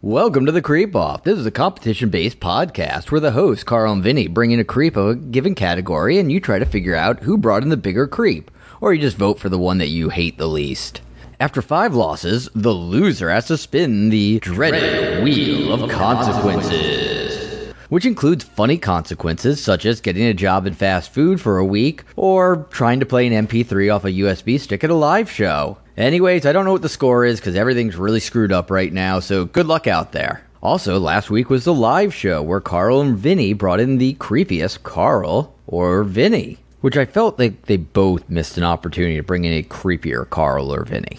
Welcome to the Creep Off. This is a competition based podcast where the hosts, Carl and Vinny, bring in a creep of a given category and you try to figure out who brought in the bigger creep, or you just vote for the one that you hate the least. After five losses, the loser has to spin the dreaded Wheel of Consequences, which includes funny consequences such as getting a job in fast food for a week or trying to play an MP3 off a USB stick at a live show. Anyways, I don't know what the score is because everything's really screwed up right now, so good luck out there. Also, last week was the live show where Carl and Vinny brought in the creepiest Carl or Vinny, which I felt like they both missed an opportunity to bring in a creepier Carl or Vinny.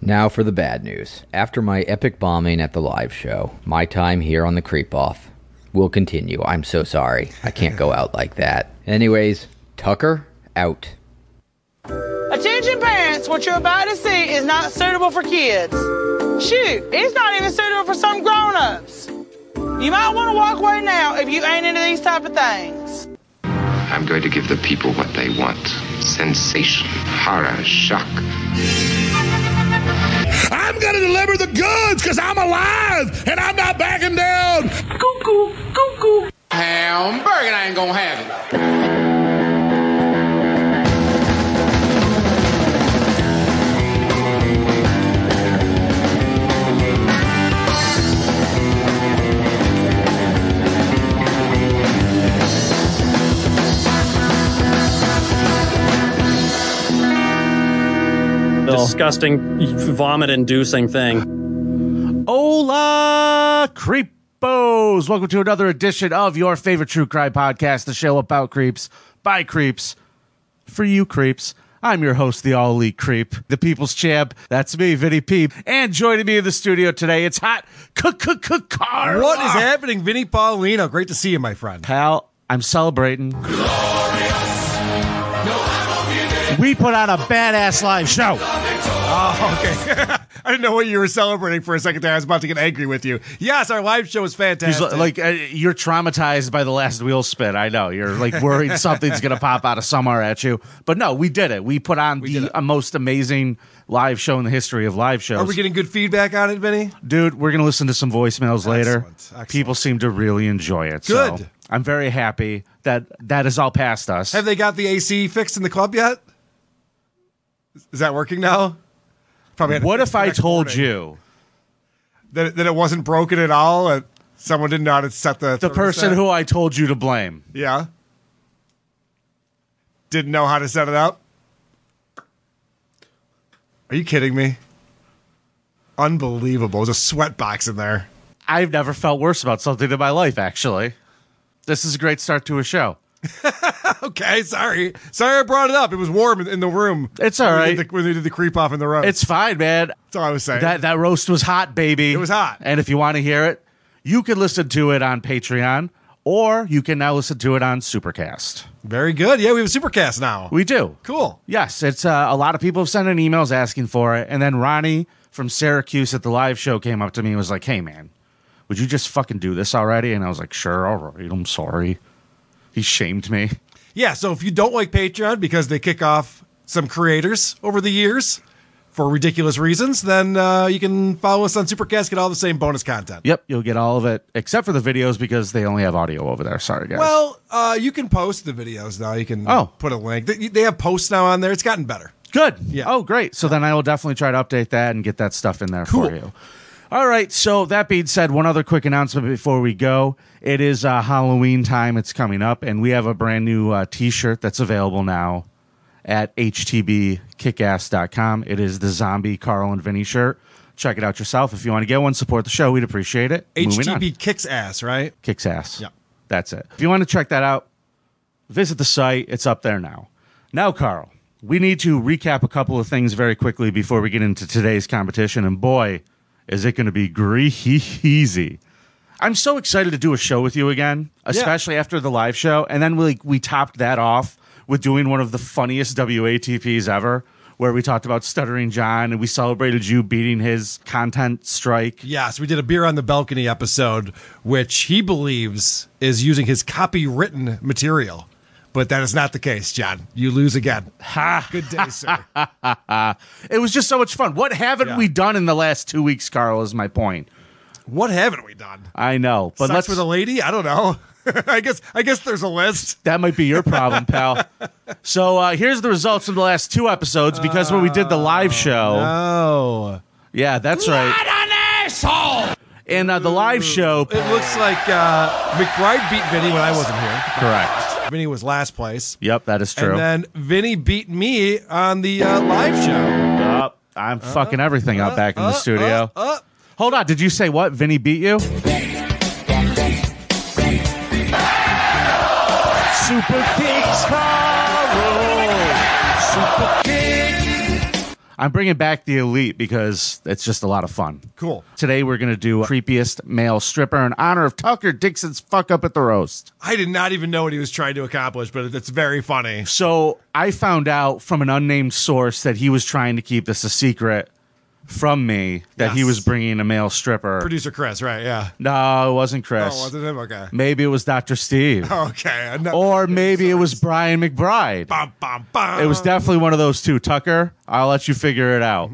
Now for the bad news. After my epic bombing at the live show, my time here on the creep off will continue. I'm so sorry. I can't go out like that. Anyways, Tucker out. Attention parents, what you're about to see is not suitable for kids. Shoot, it's not even suitable for some grown-ups. You might want to walk away now if you ain't into these type of things. I'm going to give the people what they want sensation, horror, shock. I'm going to deliver the goods because I'm alive and I'm not backing down. Cuckoo, cuckoo. Hamburger, I ain't gonna have it. disgusting, vomit-inducing thing. Hola, creepos! Welcome to another edition of your favorite true crime podcast, the show about creeps, by creeps, for you creeps. I'm your host, the All Elite Creep, the People's Champ. That's me, Vinny P. And joining me in the studio today, it's hot Carl. What is happening, Vinny Paulino? Great to see you, my friend. Pal, I'm celebrating. We put on a badass live show. Okay, I didn't know what you were celebrating for a second there. I was about to get angry with you. Yes, our live show was He's fantastic. li- like, uh, you're traumatized by the last wheel spin. I know you're like worried something's gonna pop out of somewhere at you. But no, we did it. We put on did the uh, most amazing live show in the history of live shows. are we getting good feedback on it, Vinny? Dude, we're gonna listen to some voicemails later. Excellent, excellent. People seem to really enjoy it. So Good. I'm very happy that that is all past us. Have they got the AC fixed in the club yet? Is that working now? Probably. had to what fix if the I next told morning. you that, that it wasn't broken at all? And someone didn't know how to set the the person thermostat? who I told you to blame? yeah didn't know how to set it up. Are you kidding me? Unbelievable! There's a sweat box in there. I've never felt worse about something in my life. Actually, this is a great start to a show. Okay, sorry. Sorry I brought it up. It was warm in- in the room. It's all when we right. did the- When we did the creep off in the road. It's fine, man. That's all I was saying. That that roast was hot, baby. It was hot. And if you want to hear it, you can listen to it on Patreon, or you can now listen to it on Supercast. Very good. Yeah, we have a supercast now. We do. Cool. Yes, it's uh, a lot of people have sent in emails asking for it, and then Ronnie from Syracuse at the live show came up to me and was like, "Hey, man, would you just fucking do this already?" And I was like, "Sure, all right. I'm sorry." He shamed me. Yeah, so if you don't like Patreon because they kick off some creators over the years for ridiculous reasons, then uh, you can follow us on Supercast, get all the same bonus content. Yep, you'll get all of it except for the videos because they only have audio over there. Sorry, guys. Well, uh, you can post the videos now. You can Oh. put a link. They, they have posts now on there. It's gotten better. Good. Yeah. Oh, great. So then I will definitely try to update that and get that stuff in there for Cool. you. All right. So that being said, one other quick announcement before we go. It is uh, Halloween time. It's coming up, and we have a brand new uh, T-shirt that's available now at htbkickass.com. It is the Zombie Carl and Vinny shirt. Check it out yourself if you want to get one. Support the show. We'd appreciate it. Moving on HTB kicks ass, right? kicks ass. Yeah. That's it. If you want to check that out, visit the site. It's up there now. Now, Carl, we need to recap a couple of things very quickly before we get into today's competition. And boy, is it going to be greasy. I'm so excited to do a show with you again, especially after the live show. And then we, we topped that off with doing one of the funniest WATPs ever, where we talked about Stuttering John and we celebrated you beating his content strike. Yes, we did a beer on the balcony episode, which he believes is using his copywritten material, but that is not the case, John. You lose again. Ha! Good day, sir. It was just so much fun. What haven't Yeah. we done in the last two weeks, Carl? Is my point. What haven't we done? I know, but Sex let's with a lady? I don't know. I guess I guess there's a list. that might be your problem, pal. so uh, here's the results from the last two episodes because when we did the live show, Oh. yeah, that's right. Uh, an asshole! And uh, the live show, It looks like uh, McBride beat Vinny when I wasn't here. correct. Vinny was last place. Yep, that is And true. then Vinny beat me on the uh, live show. Oh, I'm fucking everything up back in the studio. Uh, Hold on, did you say what? Vinny beat you? Super Kicks Super I'm bringing back the elite because it's just a lot of fun. cool. Today we're gonna do creepiest male stripper in honor of Tucker Dixon's fuck up at the roast. I did not even know what he was trying to accomplish, but it's very funny. So I found out from an unnamed source that he was trying to keep this a secret from me that he Yes. was bringing a male stripper. Producer Chris, right? Yeah. no, it wasn't Oh, Chris. wasn't him? Okay. Maybe it was Dr. Steve. Okay. enough- Or maybe it was Brian McBride. Bum, bum, bum. Oh. It was definitely one of those two. Tucker, I'll let you figure it out.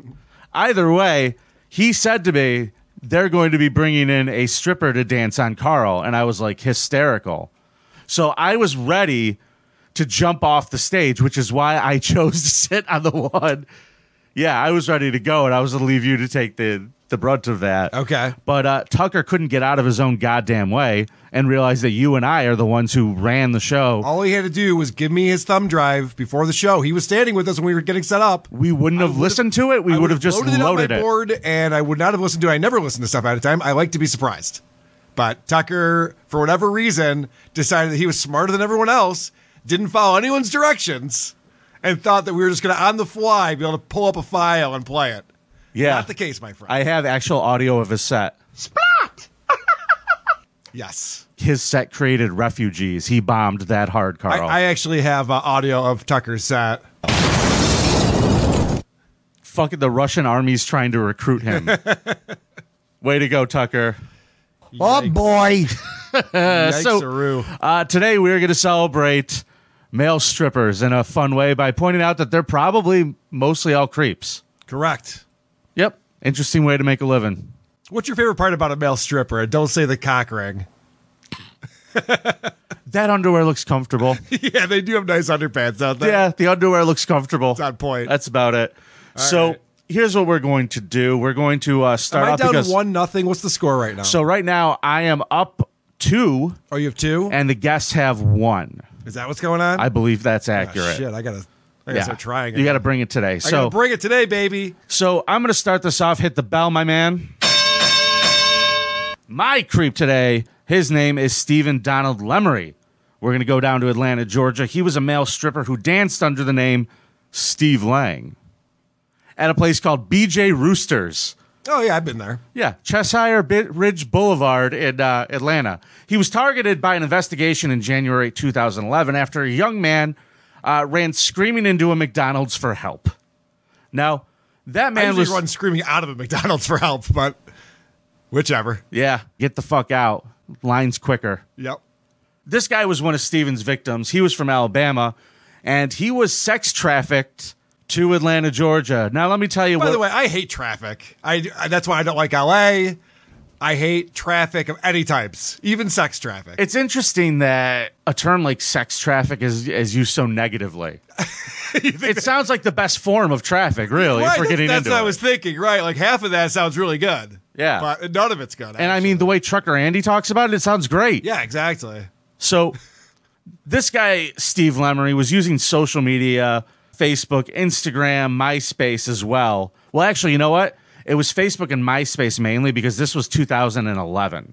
Either way, he said to me, they're going to be bringing in a stripper to dance on Carl. And I was like hysterical. So I was ready to jump off the stage, which is why I chose to sit on the one. Yeah, I was ready to go, and I was going to leave you to take the, the brunt of that. Okay. But uh, Tucker couldn't get out of his own goddamn way and realized that you and I are the ones who ran the show. All he had to do was give me his thumb drive before the show. He was standing with us when we were getting set up. we wouldn't have listened to it. We I would have just it. on loaded my it. board, and I would not have listened to. it. I never listen to stuff out of time. I like to be surprised, but Tucker, for whatever reason, decided that he was smarter than everyone else, didn't follow anyone's directions, and thought that we were just going to on the fly be able to pull up a file and play it. Yeah. Not the case, my friend. I have actual audio of his set. yes, His set created refugees. He bombed that hard, I, Carl. I actually have uh, audio of Tucker's set. Fucking the Russian army's trying to recruit him. Way to go, Tucker. Oh boy! so- Yikes-a-roo. Uh, today we're going to celebrate male strippers in a fun way by pointing out that they're probably mostly all creeps. correct. Yep. Interesting way to make a living. What's your favorite part about a male stripper? And Don't say the cock ring. That underwear looks comfortable. yeah, they do have nice underpants out there. yeah, the underwear looks comfortable. It's on point. That's about it. so right. here's what we're going to do. We're going to uh, Am start I off down because one nothing? What's the score right now? so right now I am up two, oh, you have two. and the guests have one. Is that what's going on? I believe that's Ah, accurate. Shit, I gotta, I gotta yeah, start trying. It. You got to bring it today. I gotta So bring it today, baby. so I'm going to start this off. Hit the bell, my man. My creep today. His name is Stephen Donald Lemery. We're going to go down to Atlanta, Georgia. He was a male stripper who danced under the name Steve Lang at a place called BJ Roosters. Oh yeah, I've been there. Yeah, Cheshire Bi- Ridge Boulevard in uh, Atlanta. He was targeted by an investigation in January 2011 after a young man uh, ran screaming into a McDonald's for help. Now, that I man usually was. run screaming out of a McDonald's for help, but whichever. yeah, get the fuck out. Lines quicker. Yep. This guy was one of Steven's victims. He was from Alabama, and he was sex trafficked to Atlanta, Georgia. Now, let me tell you By what. the way, I hate traffic. I, I- that's why I don't like LA. I hate traffic of any types, even sex traffic. it's interesting that a term like sex traffic is, is used so negatively. it sounds like the best form of traffic, really, Right, if we're that's- getting that's into what it. I was thinking. Right, like half of that sounds really good. Yeah. but none of it's good. and I actually. mean, the way Trucker Andy talks about it, it sounds great. yeah, exactly. So this guy, Steve Lemery, was using social media, Facebook, Instagram, MySpace as well. Well, actually, you know what? It was Facebook and MySpace mainly because this was 2011.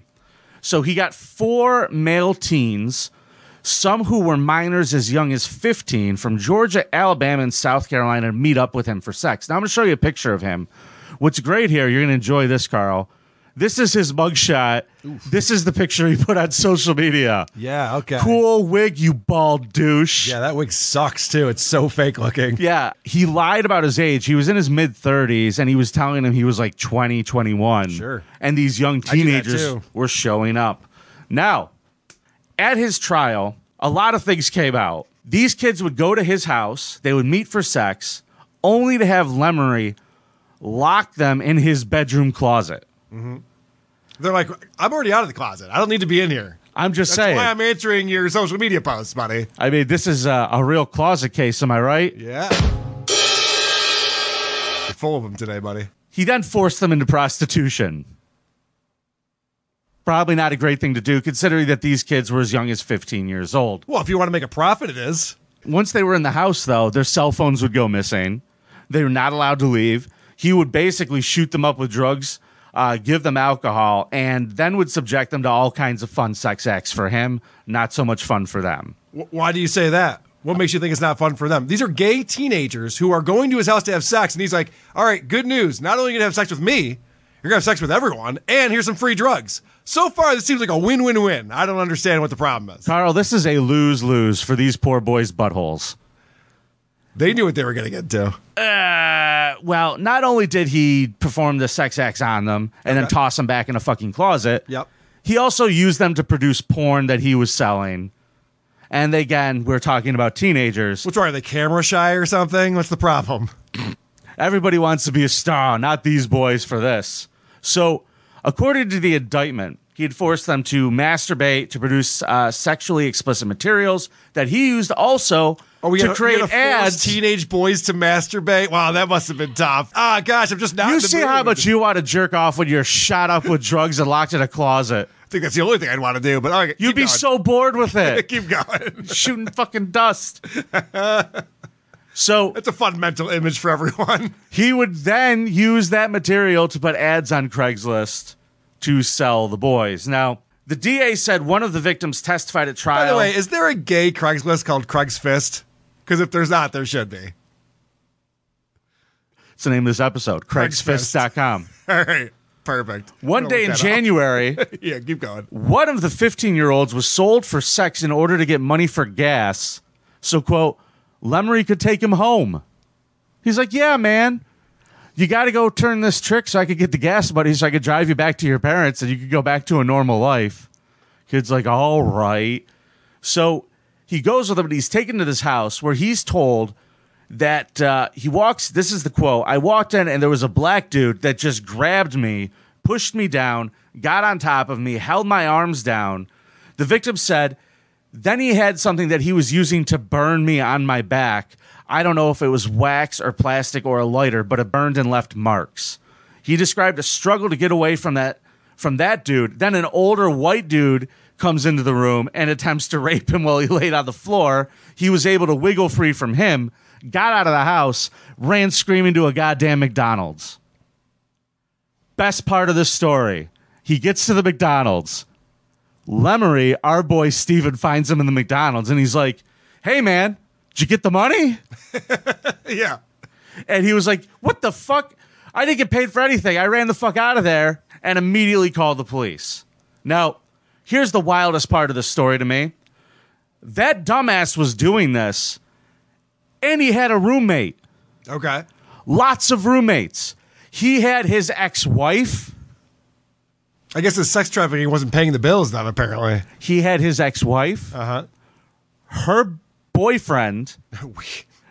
So he got four male teens, some who were minors as young as 15 from Georgia, Alabama, and South Carolina to meet up with him for sex. Now I'm going to show you a picture of him. What's great here, you're going to enjoy this, Carl. This is his mugshot. This is the picture he put on social media. Yeah. Okay. Cool wig, you bald douche. Yeah, that wig sucks too. It's so fake looking. Yeah, he lied about his age. He was in his mid 30s and he was telling him he was like 20, 21. Sure. And these young do that teenagers too. were showing up. Now, at his trial, a lot of things came out. These kids would go to his house, they would meet for sex, only to have Lemery lock them in his bedroom closet. They're like, I'm already out of the closet. I don't need to be in here. I'm just That's saying. why i I'm answering your social media posts, buddy. mean, this is uh, a real closet case, am I right? Yeah. You're full of them today, buddy. He then forced them into prostitution. Probably not a great thing to do, considering that these kids were as young as 15 years old. Well, if you want to make a profit, it is. Once they were in the house, though, their cell phones would go missing. They were not allowed to leave. He would basically shoot them up with drugs, uh, give them alcohol, and then would subject them to all kinds of fun sex acts for him, not so much fun for them. W- why do you say that? What makes you think it's not fun for them? These are gay teenagers who are going to his house to have sex, and he's like, "All right, good news. Not only are you gonna have sex with me, you're gonna have sex with everyone, and here's some free drugs." So far, this seems like a win-win-win. I don't understand what the problem is. Carl, this is a lose lose for these poor boys' buttholes. They knew what they were gonna get to. Well, not only did he perform the sex acts on them and then toss them back in a fucking closet, Yep. he also used them to produce porn that he was selling. And again, we're talking about teenagers. What's wrong? Are they camera shy or something? What's the problem? Everybody wants to be a star, not these boys for this. So, according to the indictment, he had forced them to masturbate to produce uh, sexually explicit materials that he used also to gonna- create gonna force ads. teenage boys to masturbate. Wow, that must have been tough. Ah, gosh, I'm just not. in you the see how mood. much you want to jerk off when you're shot up with drugs and locked in a closet. I think that's the only thing I'd want to do. But all right, You'd keep be going. so bored with it, keep going. shooting fucking dust. So That's a fun mental image for everyone. he would then use that material to put ads on Craigslist to sell the boys. Now, the DA said one of the victims testified at trial. By the way, is there a gay Craigslist called Craig's Fist? Because if there's not, there should be. it's the name of this episode, craigsfist.com. All right, perfect. One I'm gonna day in look that January, up. Yeah, keep going. one of the 15 year olds was sold for sex in order to get money for gas. So, quote, Lemery could take him home. He's like, Yeah, man, you got to go turn this trick so I could get the gas money so I could drive you back to your parents and you could go back to a normal life. Kid's like, All right. So he goes with him and he's taken to this house where he's told that uh, he walks. This is the quote. I walked in and there was a black dude that just grabbed me, pushed me down, got on top of me, held my arms down. The victim said, then he had something that he was using to burn me on my back. I don't know if it was wax or plastic or a lighter, but it burned and left marks. He described a struggle to get away from that from that dude. Then an older white dude comes into the room and attempts to rape him while he laid on the floor. He was able to wiggle free from him, got out of the house, ran screaming to a goddamn McDonald's. Best part of this story. He gets to the McDonald's. Lemery, our boy Steven, finds him in the McDonald's and he's like, Hey man, did you get the money? Yeah. And he was like, What the fuck? I didn't get paid for anything. I ran the fuck out of there and immediately called the police. Now, here's the wildest part of the story to me that dumbass was doing this and he had a roommate, Okay. lots of roommates. He had his ex wife. I guess the sex trafficking wasn't paying the bills then, apparently. he had his ex-wife, Uh-huh. her boyfriend,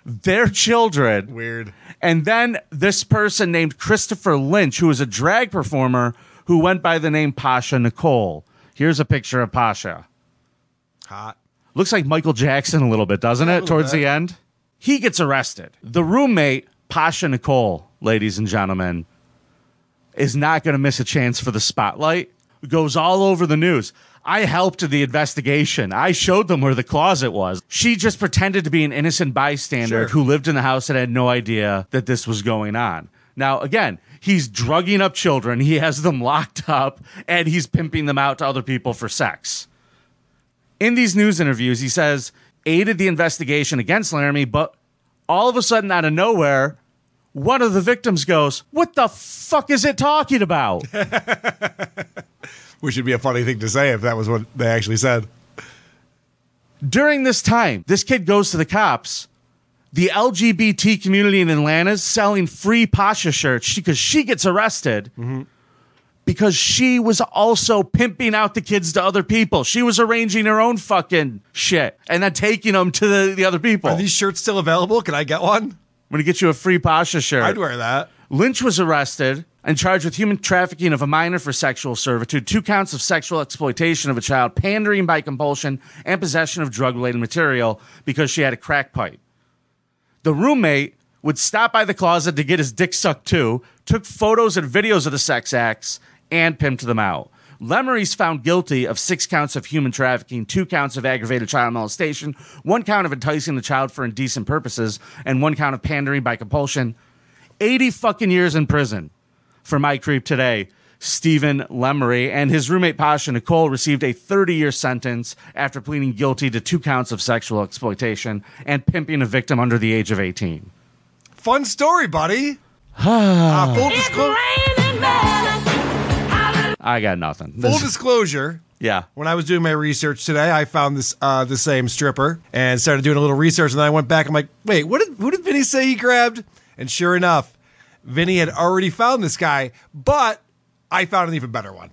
their children, Weird. and then this person named Christopher Lynch, who was a drag performer who went by the name Pasha Nicole. Here's a picture of Pasha. Hot. Looks like Michael Jackson a little bit, doesn't it? Towards the end, he gets arrested. The roommate, Pasha Nicole, ladies and gentlemen, is not going to miss a chance for the spotlight. Goes all over the news. I helped the investigation. I showed them where the closet was. She just pretended to be an innocent bystander Sure. who lived in the house and had no idea that this was going on. Now, again, he's drugging up children. He has them locked up and he's pimping them out to other people for sex. In these news interviews, he says, aided the investigation against Laramie, but all of a sudden, out of nowhere, one of the victims goes, What the fuck is it talking about? Which would be a funny thing to say if that was what they actually said. During this time, this kid goes to the cops. The LGBT community in Atlanta is selling free Pasha shirts because she gets arrested Mm-hmm. because she was also pimping out the kids to other people. She was arranging her own fucking shit and then taking them to the, the other people. Are these shirts still available? Can I get one? I'm going to get you a free Pasha shirt. I'd wear that. Lynch was arrested and charged with human trafficking of a minor for sexual servitude, two counts of sexual exploitation of a child, pandering by compulsion, and possession of drug related material because she had a crack pipe. The roommate would stop by the closet to get his dick sucked too, took photos and videos of the sex acts, and pimped them out. Lemery's found guilty of six counts of human trafficking, two counts of aggravated child molestation, one count of enticing the child for indecent purposes, and one count of pandering by compulsion. 80 fucking years in prison for My Creep today. Stephen Lemery and his roommate Pasha Nicole received a 30 year sentence after pleading guilty to two counts of sexual exploitation and pimping a victim under the age of 18. Fun story, buddy. uh, full, disclo- I got nothing. full This- disclosure. yeah. When I was doing my research today, I found this uh, the same stripper and started doing a little research. And then I went back. I'm like, wait, what did who did Vinny say he grabbed? And sure enough, Vinny had already found this guy. But I found an even better one.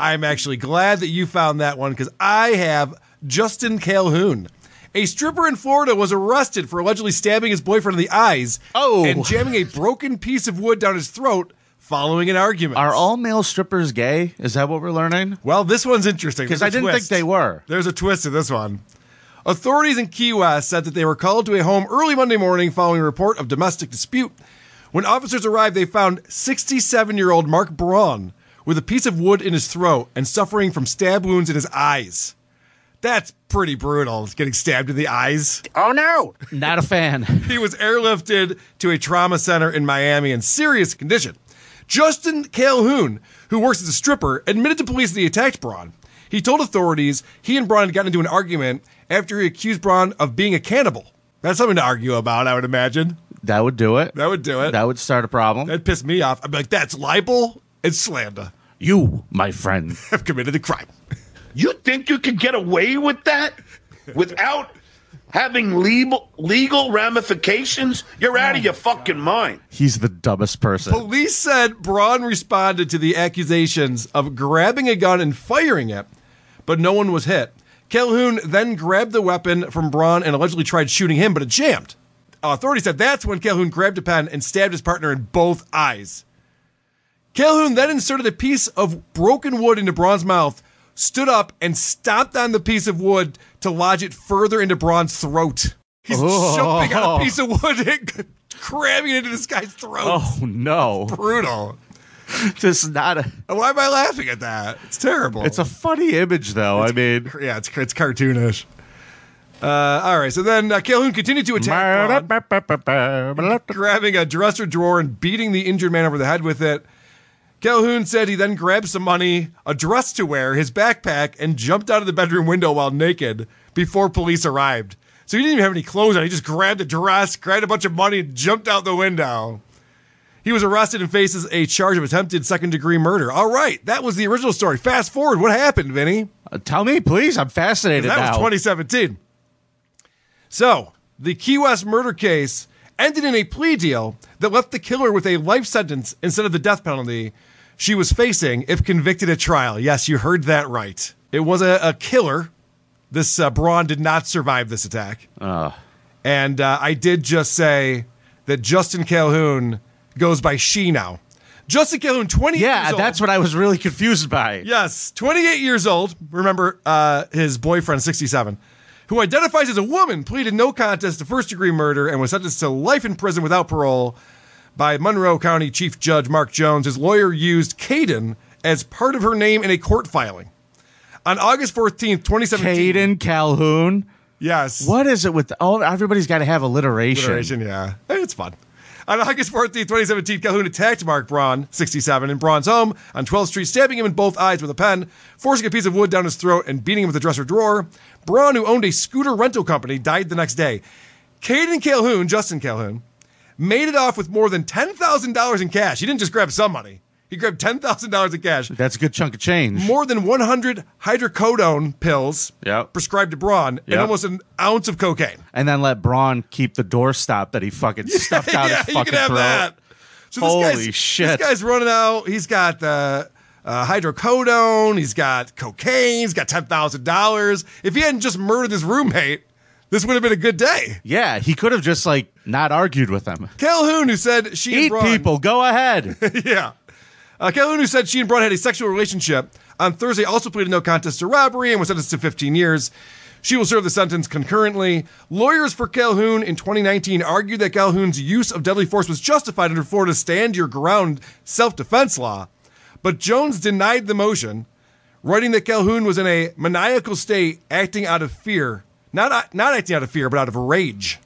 I'm actually glad that you found that one because I have Justin Calhoun. A stripper in Florida was arrested for allegedly stabbing his boyfriend in the eyes Oh. and jamming a broken piece of wood down his throat following an argument. Are all male strippers gay? Is that what we're learning? Well, this one's interesting Because There's a I didn't think twist. they were. There's a twist to this one. Authorities in Key West said that they were called to a home early Monday morning following a report of domestic dispute. When officers arrived, they found 67 year old Mark Braun with a piece of wood in his throat and suffering from stab wounds in his eyes. That's pretty brutal, getting stabbed in the eyes. Not a fan. He was airlifted to a trauma center in Miami in serious condition. Justin Calhoun, who works as a stripper, admitted to police that he attacked Braun. He told authorities he and Braun had gotten into an argument after he accused Braun of being a cannibal. That's something to argue about, I would imagine. That would do it. That would do it. That would start a problem. That'd piss me off. I'd be like, that's libel and slander. You, my friend. I've committed a crime. You think you could get away with that without having legal legal ramifications? You're out of your fucking mind. He's the dumbest person. Police said Braun responded to the accusations of grabbing a gun and firing it, but no one was hit. Calhoun then grabbed the weapon from Braun and allegedly tried shooting him, but it jammed. Authorities said that's when Calhoun grabbed a pen and stabbed his partner in both eyes. Calhoun then inserted a piece of broken wood into Braun's mouth, stood up, and stomped on the piece of wood to lodge it further into Braun's throat. He's Oh. jumping on a piece of wood and cramming it into this guy's throat. Oh, no. Brutal. Just not a. Why am I laughing at that? It's terrible. It's a funny image, though. I mean, yeah, it's it's cartoonish. Uh, all right, so then uh, Calhoun continued to attack, Braun, grabbing a dresser drawer and beating the injured man over the head with it. Calhoun said he then grabbed some money, a dress to wear, his backpack, and jumped out of the bedroom window while naked before police arrived. So he didn't even have any clothes on. He just grabbed a dress, grabbed a bunch of money, and jumped out the window. He was arrested and faces a charge of attempted second degree murder. All right, that was the original story. Fast forward, what happened, Vinny? tell me, please. I'm fascinated That now. was 2017. So the Key West murder case ended in a plea deal that left the killer with a life sentence instead of the death penalty she was facing if convicted at trial. Yes, you heard that right. It was a, a killer. This uh, Braun did not survive this attack. And uh, I did just say that Justin Calhoun goes by she now. Justin Calhoun, 20 Yeah, years old. that's what I was really confused by. Yes, 28 years old. Remember uh, his boyfriend, 67, who identifies as a woman, pleaded no contest to first degree murder and was sentenced to life in prison without parole by Monroe County Chief Judge Mark Jones. His lawyer used Caden as part of her name in a court filing. On August 14th, 2017. Caden Calhoun. Yes. What is it with all? Everybody's got to have alliteration. Alliteration, yeah. Hey, It's fun. On August 14th, 2017, Calhoun attacked Mark Braun, 67, in Braun's home on 12th Street, stabbing him in both eyes with a pen, forcing a piece of wood down his throat, and beating him with a dresser drawer. Braun, who owned a scooter rental company, died the next day. Caden Calhoun, Justin Calhoun, made it off with more than $10,000 in cash. He didn't just grab some money. He grabbed $10,000 in cash. That's a good chunk of change. More than 100 hydrocodone pills Yep. prescribed to Braun and Yep. almost an ounce of cocaine. and then let Braun keep the doorstop that he fucking stuffed out his fucking throat. So Holy this guy's, shit. This guy's running out. He's got the uh, hydrocodone. He's got cocaine. He's got ten thousand dollars. If he hadn't just murdered his roommate, this would have been a good day. Yeah, he could have just like not argued with him. Calhoun, who said she and Eat Braun- people. Go ahead. yeah, Uh, Calhoun, who said she and Broad had a sexual relationship on Thursday, also pleaded no contest to robbery and was sentenced to 15 years. She will serve the sentence concurrently. Lawyers for Calhoun in 2019 argued that Calhoun's use of deadly force was justified under Florida's stand your ground self defense law, but Jones denied the motion, writing that Calhoun was in a maniacal state acting out of fear. Not, not acting out of fear, but out of rage.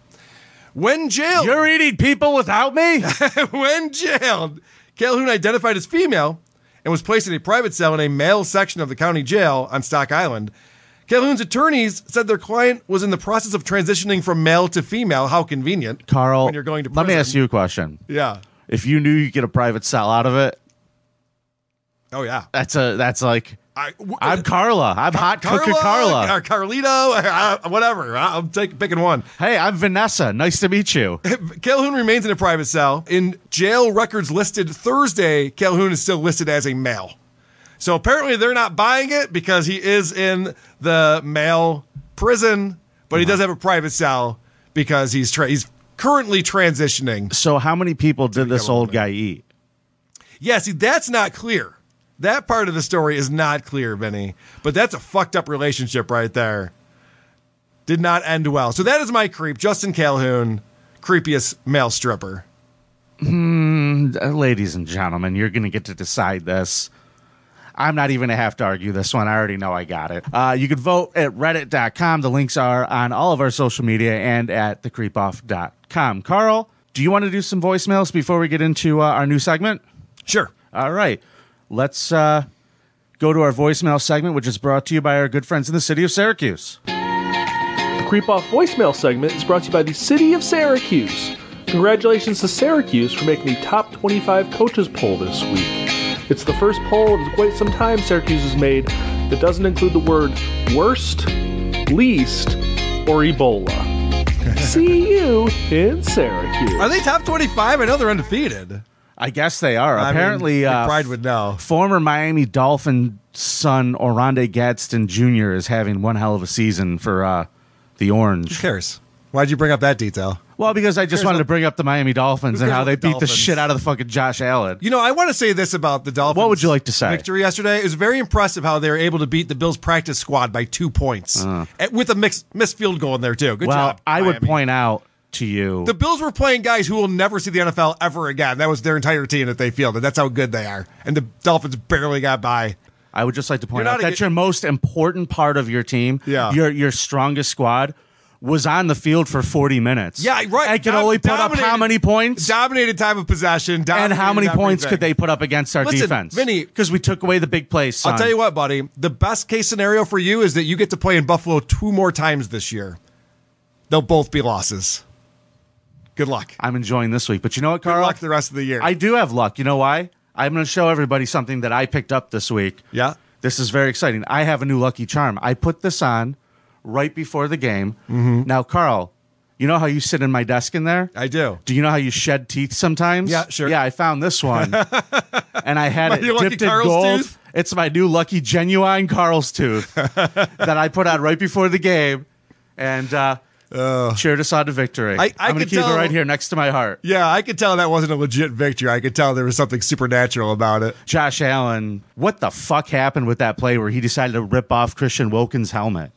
When jailed You're eating people without me? when jailed, Calhoun identified as female and was placed in a private cell in a male section of the county jail on Stock Island. Calhoun's attorneys said their client was in the process of transitioning from male to female. How convenient. Carl, When you're going to let me prison. ask you a question. Yeah. If you knew you get a private cell out of it, Oh, yeah. that's a that's like I, w- uh, I'm Carla. I'm hot cooker Carla. Or Carlito. uh, whatever. I- I'm taking picking one. Hey, I'm Vanessa. Nice to meet you. Calhoun remains in a private cell. In jail records listed Thursday, Calhoun is still listed as a male. So apparently they're not buying it because he is in the male prison, but he does have a private cell because he's tra- he's currently transitioning. So how many people did this old guy eat? Yeah, see, that's not clear. That part of the story is not clear, Vinny. But that's a fucked up relationship right there. Did not end well. So that is my creep, Justin Calhoun, creepiest male stripper. Uh, ladies and gentlemen, you're going to get to decide this. I'm not even going to have to argue this one. I already know I got it. Uh, you can vote at reddit.com. The links are on all of our social media and at thecreepoff.com. Carl, do you want to do some voicemails before we get into uh, our new segment? Sure. All right. Let's uh, go to our voicemail segment, which is brought to you by our good friends in the city of Syracuse. Creep Off voicemail segment is brought to you by the City of Syracuse. Congratulations to Syracuse for making the top 25 coaches poll this week. It's the first poll in quite some time Syracuse has made that doesn't include the word worst, least, or Ebola. See you in Syracuse. Are they top 25? I know they're undefeated. I guess they are. Apparently, I mean, uh, McBride would know. Former Miami Dolphin son Orlando Gadsden Jr. is having one hell of a season for uh, the Who Orange. cares? Why'd you bring up that detail? Well, because I just wanted to bring up the Miami Dolphins and cares how about they the beat the Dolphins? shit out of the fucking Josh Allen. You know, I want to say this about the Dolphins. What would you like to say? Victory yesterday. It was very impressive how they were able to beat the Bills practice squad by two points At- with a mixed, missed field goal in there too. Good Uh. well, job. I would Miami. point out to you The Bills were playing guys who will never see the NFL ever again. That was their entire team that they fielded. That's how good they are. And the Dolphins barely got by. I would just like to point You're out not a that good- your most important part of your team, Yeah. your your strongest squad, was on the field for forty minutes. Yeah, right. I could Dom- only put up how dominated- many points Dominated time of possession. and how dominated many points everything. could they put up against our Listen, defense, Vinny- Because we took away the big plays. I'll tell you what, buddy. The best case scenario for you is that you get to play in Buffalo two more times this year. They'll both be losses. Good luck. I'm enjoying this week, but you know what, Good Carl? luck the rest of the year. I do have luck. You know why? I'm going to show everybody something that I picked up this week. yeah. This is very exciting. I have a new lucky charm. I put this on right before the game. Mm-hmm. Now, Carl, you know how you sit in my desk in there? I do. Do you know how you shed teeth sometimes? Yeah, sure. Yeah, I found this one, and I had it Your lucky dipped in Carl's gold. tooth? It's my new lucky genuine Carl's tooth that I put on right before the game, and uh, cheered us on to victory. I- I am gonna could keep it tell- right here next to my heart. Yeah, I could tell that wasn't a legit victory. I could tell there was something supernatural about it. Josh Allen, what the fuck happened with that play where he decided to rip off Christian Wilkins' helmet?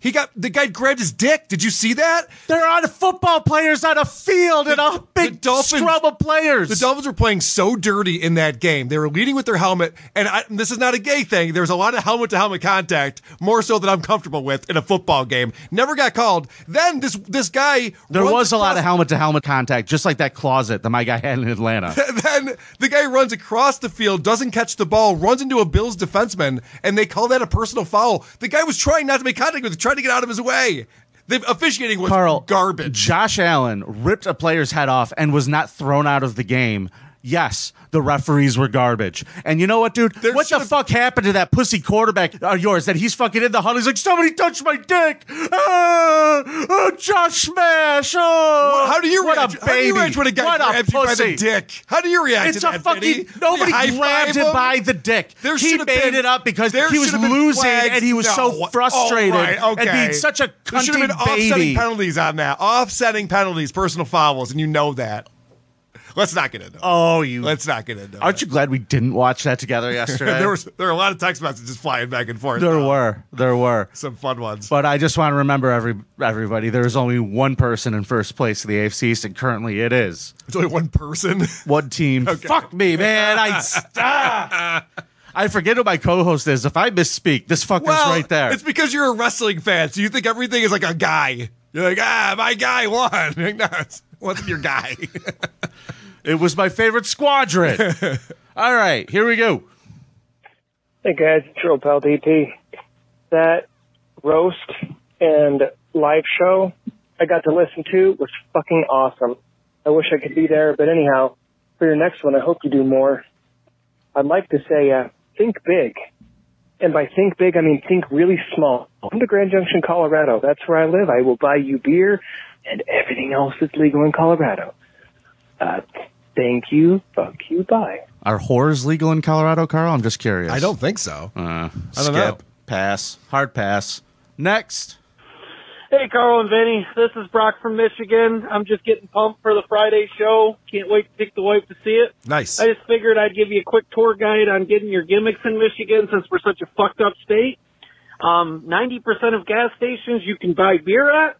He got the guy grabbed his dick. Did you see that? There are football players on a field and a The- big the Dolphins- scrub of players. The Dolphins were playing so dirty in that game. They were leading with their helmet, and I, this is not a gay thing. There was a lot of helmet to helmet contact, more so than I'm comfortable with in a football game. Never got called. Then this this guy there runs was a lot of across- helmet to helmet contact, just like that closet that my guy had in Atlanta. Then the guy runs across the field, doesn't catch the ball, runs into a Bills defenseman, and they call that a personal foul. The guy was trying not to make contact with, him, trying to get out of his way. The officiating was Carl, garbage. Josh Allen ripped a player's head off and was not thrown out of the game. Yes, the referees were garbage. And you know what, dude? There what the should've- fuck happened to that pussy quarterback of yours that he's fucking in the huddle? He's like, somebody touched my dick. Ah, ah, Josh Smash. Oh, How do you what react? A baby. How do you react when a guy what grabs you a by the pussy. dick? How do you react? It's to a that, fucking Vinny? nobody Do you high-five grabbed him by the dick. There he should've made been- it up because there he was should've been losing flags. and he was No. so All frustrated right, and okay. being such a There should have been cunty offsetting baby. penalties on that. Offsetting penalties, personal fouls, and you know that. Let's not get into. it. Oh, you. Let's not get into. Aren't you glad we didn't watch that together yesterday? there was there were a lot of text messages flying back and forth. There though. were. There were. some fun ones. But I just want to remember every everybody. There is only one person in first place of the AFC East, and currently it is It's only one person. one team. Fuck me, man. I s- ah. I forget who my co-host is. If I misspeak, this fucker's right there. It's because you're a wrestling fan, so you think everything is like a guy. You're like, ah, my guy won. Like, no, it's- wasn't your guy. It was my favorite squadron. All right, here we go. Hey guys, it's your old pal DP. That roast and live show I got to listen to was fucking awesome. I wish I could be there, but anyhow, for your next one, I hope you do more. I'd like to say, uh, think big. And by think big, I mean think really small. Come to Grand Junction, Colorado. That's where I live. I will buy you beer and everything else that's legal in Colorado. Uh, thank you. Fuck you. Bye. Are whores legal in Colorado, Carl? I'm just curious. I don't think so. Uh, don't skip. know. Pass. Hard pass. Next. Hey, Carl and Vinny. This is Brock from Michigan. I'm just getting pumped for the Friday show. Can't wait to take the wife to see it. Nice. I just figured I'd give you a quick tour guide on getting your gimmicks in Michigan since we're such a fucked up state. Um, 90% of gas stations you can buy beer at.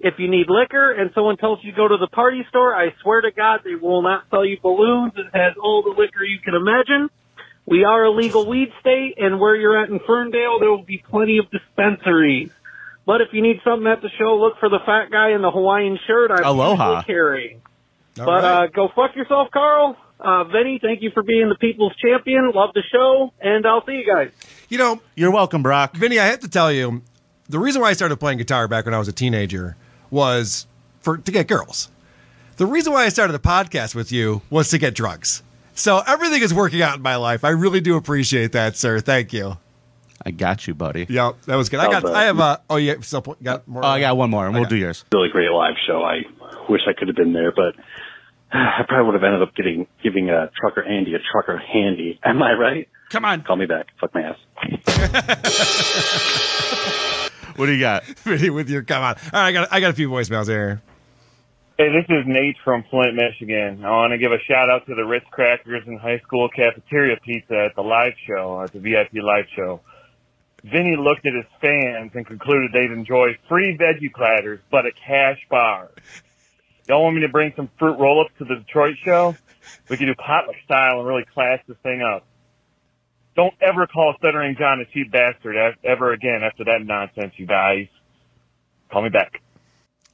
If you need liquor and someone tells you to go to the party store, I swear to God they will not sell you balloons. It has all the liquor you can imagine. We are a legal weed state, and where you're at in Ferndale, there will be plenty of dispensaries. But if you need something at the show, look for the fat guy in the Hawaiian shirt I'm Aloha. usually carrying. All but right. uh, go fuck yourself, Carl. Uh, Vinny, thank you for being the people's champion. Love the show, and I'll see you guys. You know, you're welcome, Brock. Vinny, I have to tell you, the reason why I started playing guitar back when I was a teenager was for to get girls. The reason why I started a podcast with you was to get drugs. So everything is working out in my life. I really do appreciate that, sir. Thank you. I got you, buddy. Yep, that was good. I How got. about- I have a. Oh, yeah. Still po- got more. Oh, I got one more, and we'll do yours. Really great live show. I wish I could have been there, but I probably would have ended up getting giving a trucker Andy a trucker handy. Am I right? Come on, call me back. Fuck my ass. What do you got? Vinny, with your come on. All right, I got. I got a few voicemails here. Hey, this is Nate from Flint, Michigan. I want to give a shout out to the Ritz Crackers and High School Cafeteria Pizza at the live show, at the VIP live show. Vinny looked at his fans and concluded they'd enjoy free veggie platters, but a cash bar. Y'all want me to bring some fruit roll-ups to the Detroit show? We can do potluck style and really class this thing up. Don't ever call Stuttering John a cheap bastard e- ever again after that nonsense, you guys. Call me back.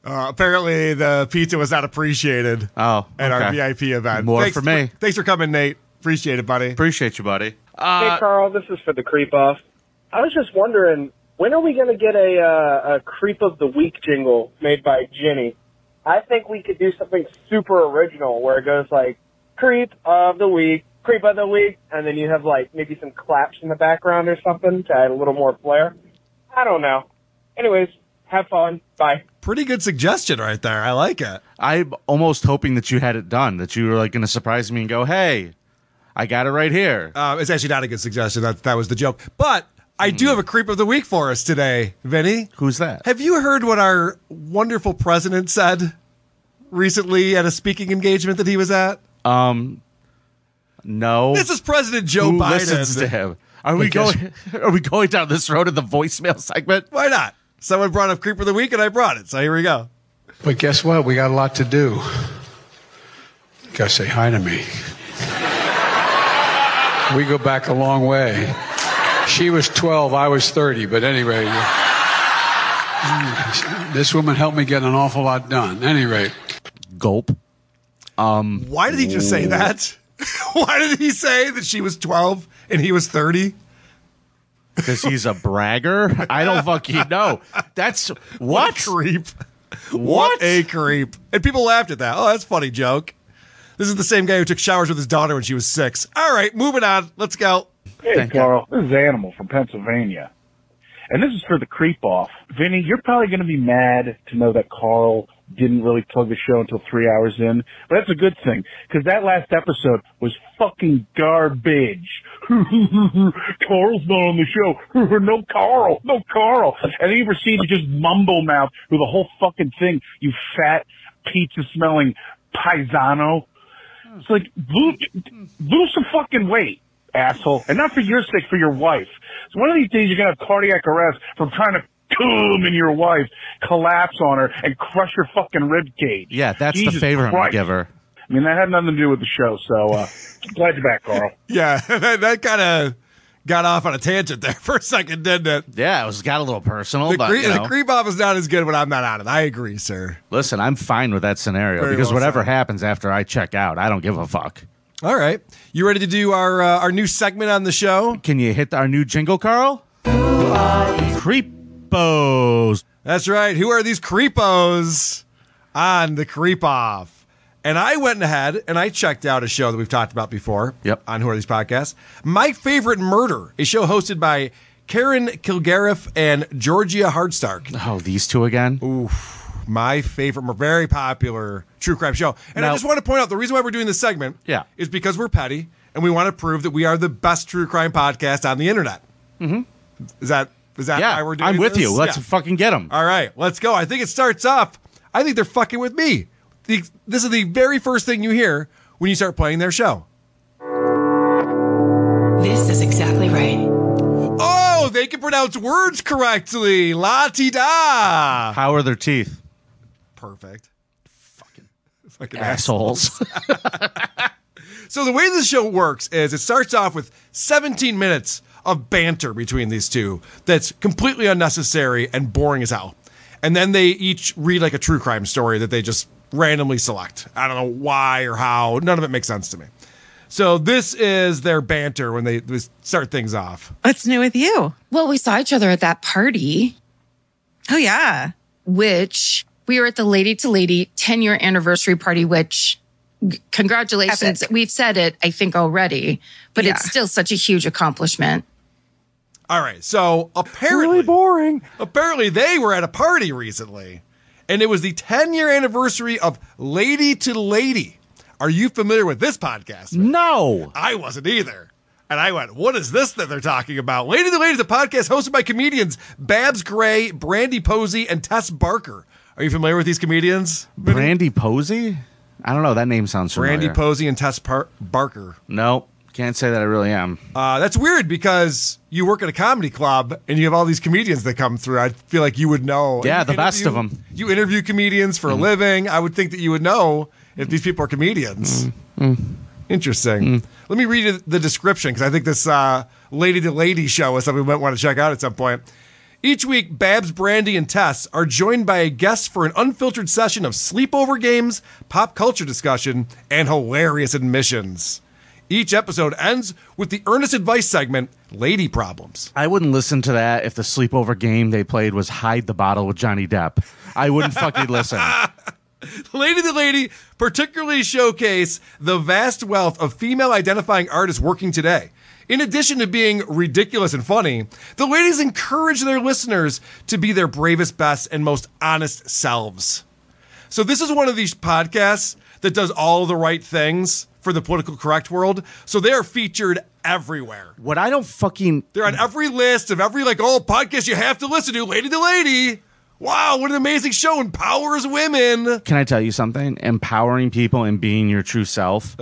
Uh, apparently, the pizza was not appreciated. Oh, at our okay. VIP event. More thanks for me. thanks for coming, Nate. Appreciate it, buddy. Appreciate you, buddy. hey Carl, this is for the creep off. I was just wondering, when are we going to get a uh, a creep of the week jingle made by Ginny? I think we could do something super original where it goes like creep of the week, creep of the week, and then you have like maybe some claps in the background or something to add a little more flair. I don't know. Anyways, have fun. Bye. Pretty good suggestion right there. I like it. I'm almost hoping that you had it done, that you were like going to surprise me and go, hey, I got it right here. Uh, it's actually not a good suggestion. That that was the joke. But I Hmm. do have a creep of the week for us today, Vinny. Who's that? Have you heard what our wonderful president said recently at a speaking engagement that he was at? Um, no. This is President Joe Oh. Who Biden. listens to him? Are we Because- going? Are we going down this road in the voicemail segment? Why not? Someone brought up creep of the week, and I brought it. So here we go. But guess what? We got a lot to do. Gotta say hi to me. we go back a long way. She was 12, I was 30, but anyway. mm, This woman helped me get an awful lot done. Any rate. Gulp. Um, Why did he just say that? Why did he say that she was 12 and he was 30? Because he's a bragger. I don't fucking know. That's what, creep. What a creep. And people laughed at that. Oh, that's a funny joke. This is the same guy who took showers with his daughter when she was six. All right, moving on. Let's go. Hey, Carl. This is Animal from Pennsylvania. And this is for the creep off. Vinny, you're probably going to be mad to know that Carl didn't really plug the show until three hours in. But that's a good thing, because that last episode was fucking garbage. Carl's not on the show. no Carl. No Carl. And then you proceed to just mumble mouth through the whole fucking thing, you fat, pizza smelling paisano. It's like lose, lose some fucking weight, asshole, and not for your sake, for your wife. So one of these days you're gonna have cardiac arrest from trying to boom in your wife, collapse on her, and crush your fucking rib cage. Yeah, that's the Jesus favor I'm gonna Christ. give her. I mean, that had nothing to do with the show, so uh, glad you're back, Carl. Yeah, that, that kind of got off on a tangent there for a second, didn't it? Yeah, it was got a little personal. The, but, cre- you know. the creep off is not as good when I'm not on it. I agree, sir. Listen, I'm fine with that scenario Very because well whatever happens after I check out, I don't give a fuck. All right, you ready to do our uh, our new segment on the show? Can you hit our new jingle, Carl? Creepos. That's right. Who are these creepos on the creep off? And I went ahead and I checked out a show that we've talked about before. Yep. On Who Are These Podcasts? My Favorite Murder, a show hosted by Karen Kilgariff and Georgia Hardstark. Oh, these two again? Oof. My favorite, mur- very popular true crime show. And I Now- just want to point out the reason why we're doing this segment Yeah. is because we're petty and we want to prove that we are the best true crime podcast on the internet. Mm-hmm. Is that is that Yeah, why we're doing I'm with this? Uh, you. Let's fucking get them. All right, let's go. I think it starts off. I think they're fucking with me. The, this is the very first thing you hear when you start playing their show. This is exactly right. Oh, they can pronounce words correctly. La ti da. How are their teeth? Perfect. Fucking, fucking Assholes. So the way this show works is it starts off with 17 minutes of banter between these two that's completely unnecessary and boring as hell. And then they each read like a true crime story that they just randomly select. I don't know why or how. None of it makes sense to me. So this is their banter when they they start things off. What's new with you? Well, we saw each other at that party. Oh, yeah. Which we were at the Lady to Lady 10 year anniversary party, which g- congratulations. We've said it, I think, already, but it's still such a huge accomplishment. All right. So apparently boring. Apparently they were at a party recently. And it was the 10 year anniversary of Lady to Lady. Are you familiar with this podcast? No. I wasn't either. And I went, what is this that they're talking about? Lady to Lady is a podcast hosted by comedians Babs Gray, Brandy Posey, and Tess Barker. Are you familiar with these comedians? Brandy Posey? I don't know. That name sounds familiar. Brandy Posey and Tess Par- Barker. No, can't say that I really am. Uh, that's weird because you work at a comedy club and you have all these comedians that come through. I feel like you would know. Yeah, You the best of Mm. interview- 'em. You interview comedians for a living. I would think that you would know if these people are comedians. Mm. Interesting. Let me read you the description because I think this uh, lady to lady show is something we might want to check out at some point. Each week, Babs, Brandy, and Tess are joined by a guest for an unfiltered session of sleepover games, pop culture discussion, and hilarious admissions. Each episode ends with the earnest advice segment, Lady Problems. I wouldn't listen to that if the sleepover game they played was hide the bottle with Johnny Depp. I wouldn't fucking listen. Lady to Lady particularly showcase the vast wealth of female identifying artists working today. In addition to being ridiculous and funny, the ladies encourage their listeners to be their bravest, best, and most honest selves. So this is one of these podcasts that does all the right things for the political correct world. So they are featured everywhere. What I don't fucking They're on every list of every like oh podcast you have to listen to, lady to lady. Wow, what an amazing show empowers women. Can I tell you something? Empowering people and being your true self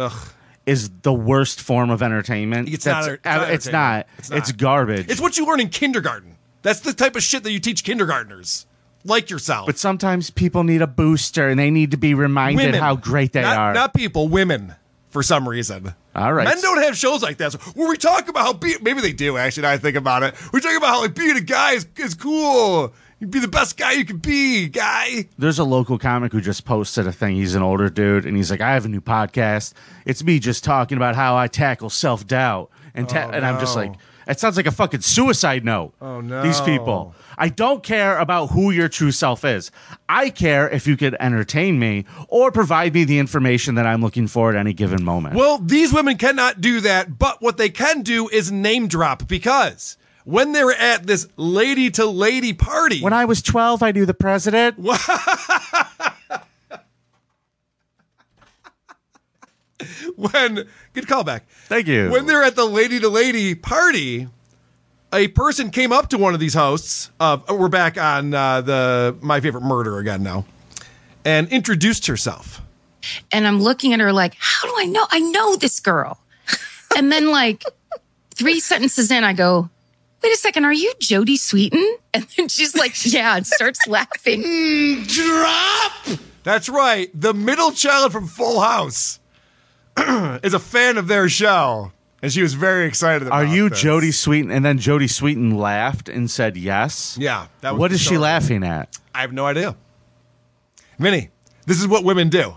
is the worst form of entertainment. It's That's- not a- it's not it's, entertainment. not. It's It's, not. garbage. It's what you learn in kindergarten. That's the type of shit that you teach kindergartners. Like yourself. but sometimes people need a booster and they need to be reminded Women. how great they not, are. Not people, women, for some reason. All right. Men don't have shows like that. So where we talk about how be maybe they do, actually, now I think about it. We talk about how like being a guy is, is cool. You be the best guy you can be, guy. There's a local comic who just posted a thing. He's an older dude, and he's like, "I have a new podcast. It's me just talking about how I tackle self doubt." And ta- Oh, and I'm just no. like, it sounds like a fucking suicide note. Oh, no. These people. I don't care about who your true self is. I care if you could entertain me or provide me the information that I'm looking for at any given moment. Well, these women cannot do that, but what they can do is name drop because when they were at this lady to lady party. when I was 12, I knew the president. when good callback. Thank you. When they're at the lady to lady party, a person came up to one of these hosts. Of we're uh, back on uh, the my favorite murder again now, and introduced herself. And I'm looking at her like, how do I know? I know this girl. and then like three sentences in, I go, wait a second, are you Jody Sweeten? And then she's like, yeah, and starts laughing. drop. That's right. The middle child from Full House is a fan of their show, and she was very excited. About Are you this. Jody Sweeten? And then Jody Sweeten laughed and said yes. Yeah. that was what the is she story. laughing at? I have no idea. Minnie, this is what women do.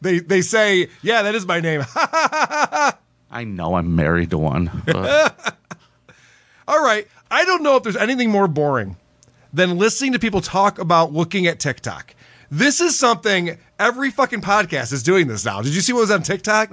They they say, "Yeah, that is my name." I know I'm married to one. but- All right. I don't know if there's anything more boring than listening to people talk about looking at TikTok. This is something every fucking podcast is doing this now. Did you see what was on TikTok?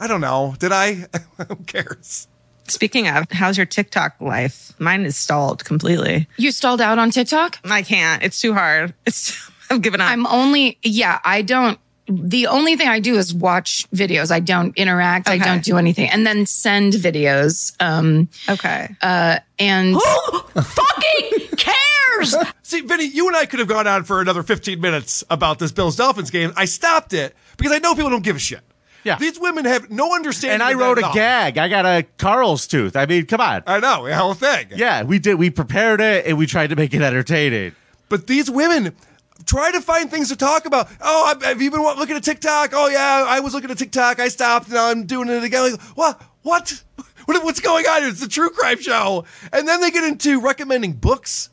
I don't know. Did I? Who cares? Speaking of, how's your TikTok life? Mine is stalled completely. You stalled out on TikTok? I can't. It's too hard. It's I've given up. I'm only, yeah, I don't. The only thing I do is watch videos. I don't interact. I don't do anything. And then send videos. Um, okay. Uh, and fucking cares? See, Vinny, you and I could have gone on for another 15 minutes about this Bills Dolphins game. I stopped it because I know people don't give a shit. Yeah. These women have no understanding. and I of that wrote at a all. gag. I got a Carl's tooth. I mean, come on. I know the whole thing. Yeah, we did. We prepared it and we tried to make it entertaining. But these women try to find things to talk about. Oh, I've- have you been wa- looking at TikTok? Oh yeah, I was looking at TikTok. I stopped. Now I'm doing it again. Like, what? What? What? What's going on? It's a true crime show. And then they get into recommending books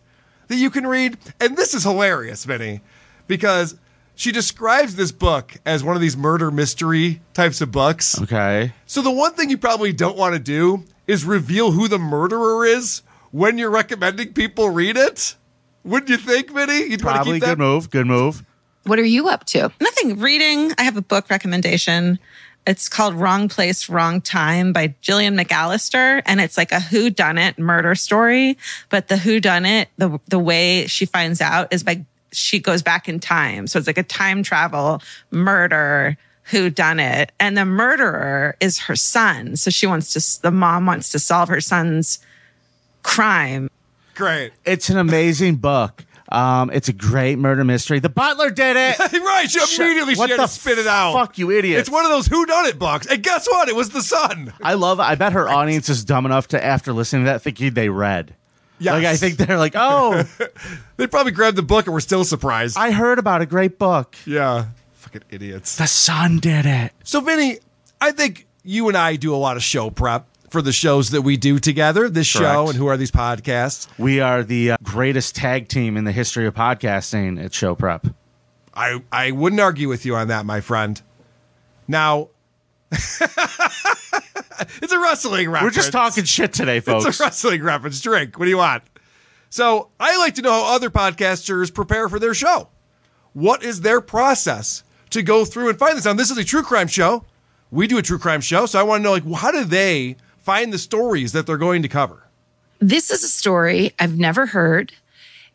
that you can read. And this is hilarious, Vinny, because she describes this book as one of these murder mystery types of books. Okay. So the one thing you probably don't want to do is reveal who the murderer is when you're recommending people read it. Wouldn't you think, Vinny? You'd want to Probably keep that. good move. Good move. What are you up to? Nothing. Reading. I have a book recommendation. It's called Wrong Place, Wrong Time by Jillian McAllister. And it's like a who done it murder story. But the who done it, the the way she finds out is by she goes back in time. So it's like a time travel murder who done it. And the murderer is her son. So she wants to the mom wants to solve her son's crime. Great. It's an amazing book. Um, it's a great murder mystery. The butler did it. right, she Shut- immediately what she had the to spit it out. fuck, you idiot. It's one of those who done it books. And guess what? It was the son. I love. I bet her audience is dumb enough to, after listening to that, think they read. Yes. Like I think they're like, oh, they probably grabbed the book and were still surprised. I heard about a great book. Yeah. Fucking idiots. The sun did it. So, Vinny, I think you and I do a lot of show prep for the shows that we do together. This show Correct. and who are these podcasts? We are the uh, greatest tag team in the history of podcasting at Show Prep. I, I wouldn't argue with you on that, my friend. Now, it's a wrestling reference. We're just talking shit today, It's folks. a wrestling reference. Drink. What do you want? So I like to know how other podcasters prepare for their show. What is their process to go through and find this? Now, this is a true crime show. We do a true crime show, so I want to know like how do they find the stories that they're going to cover? this is a story I've never heard.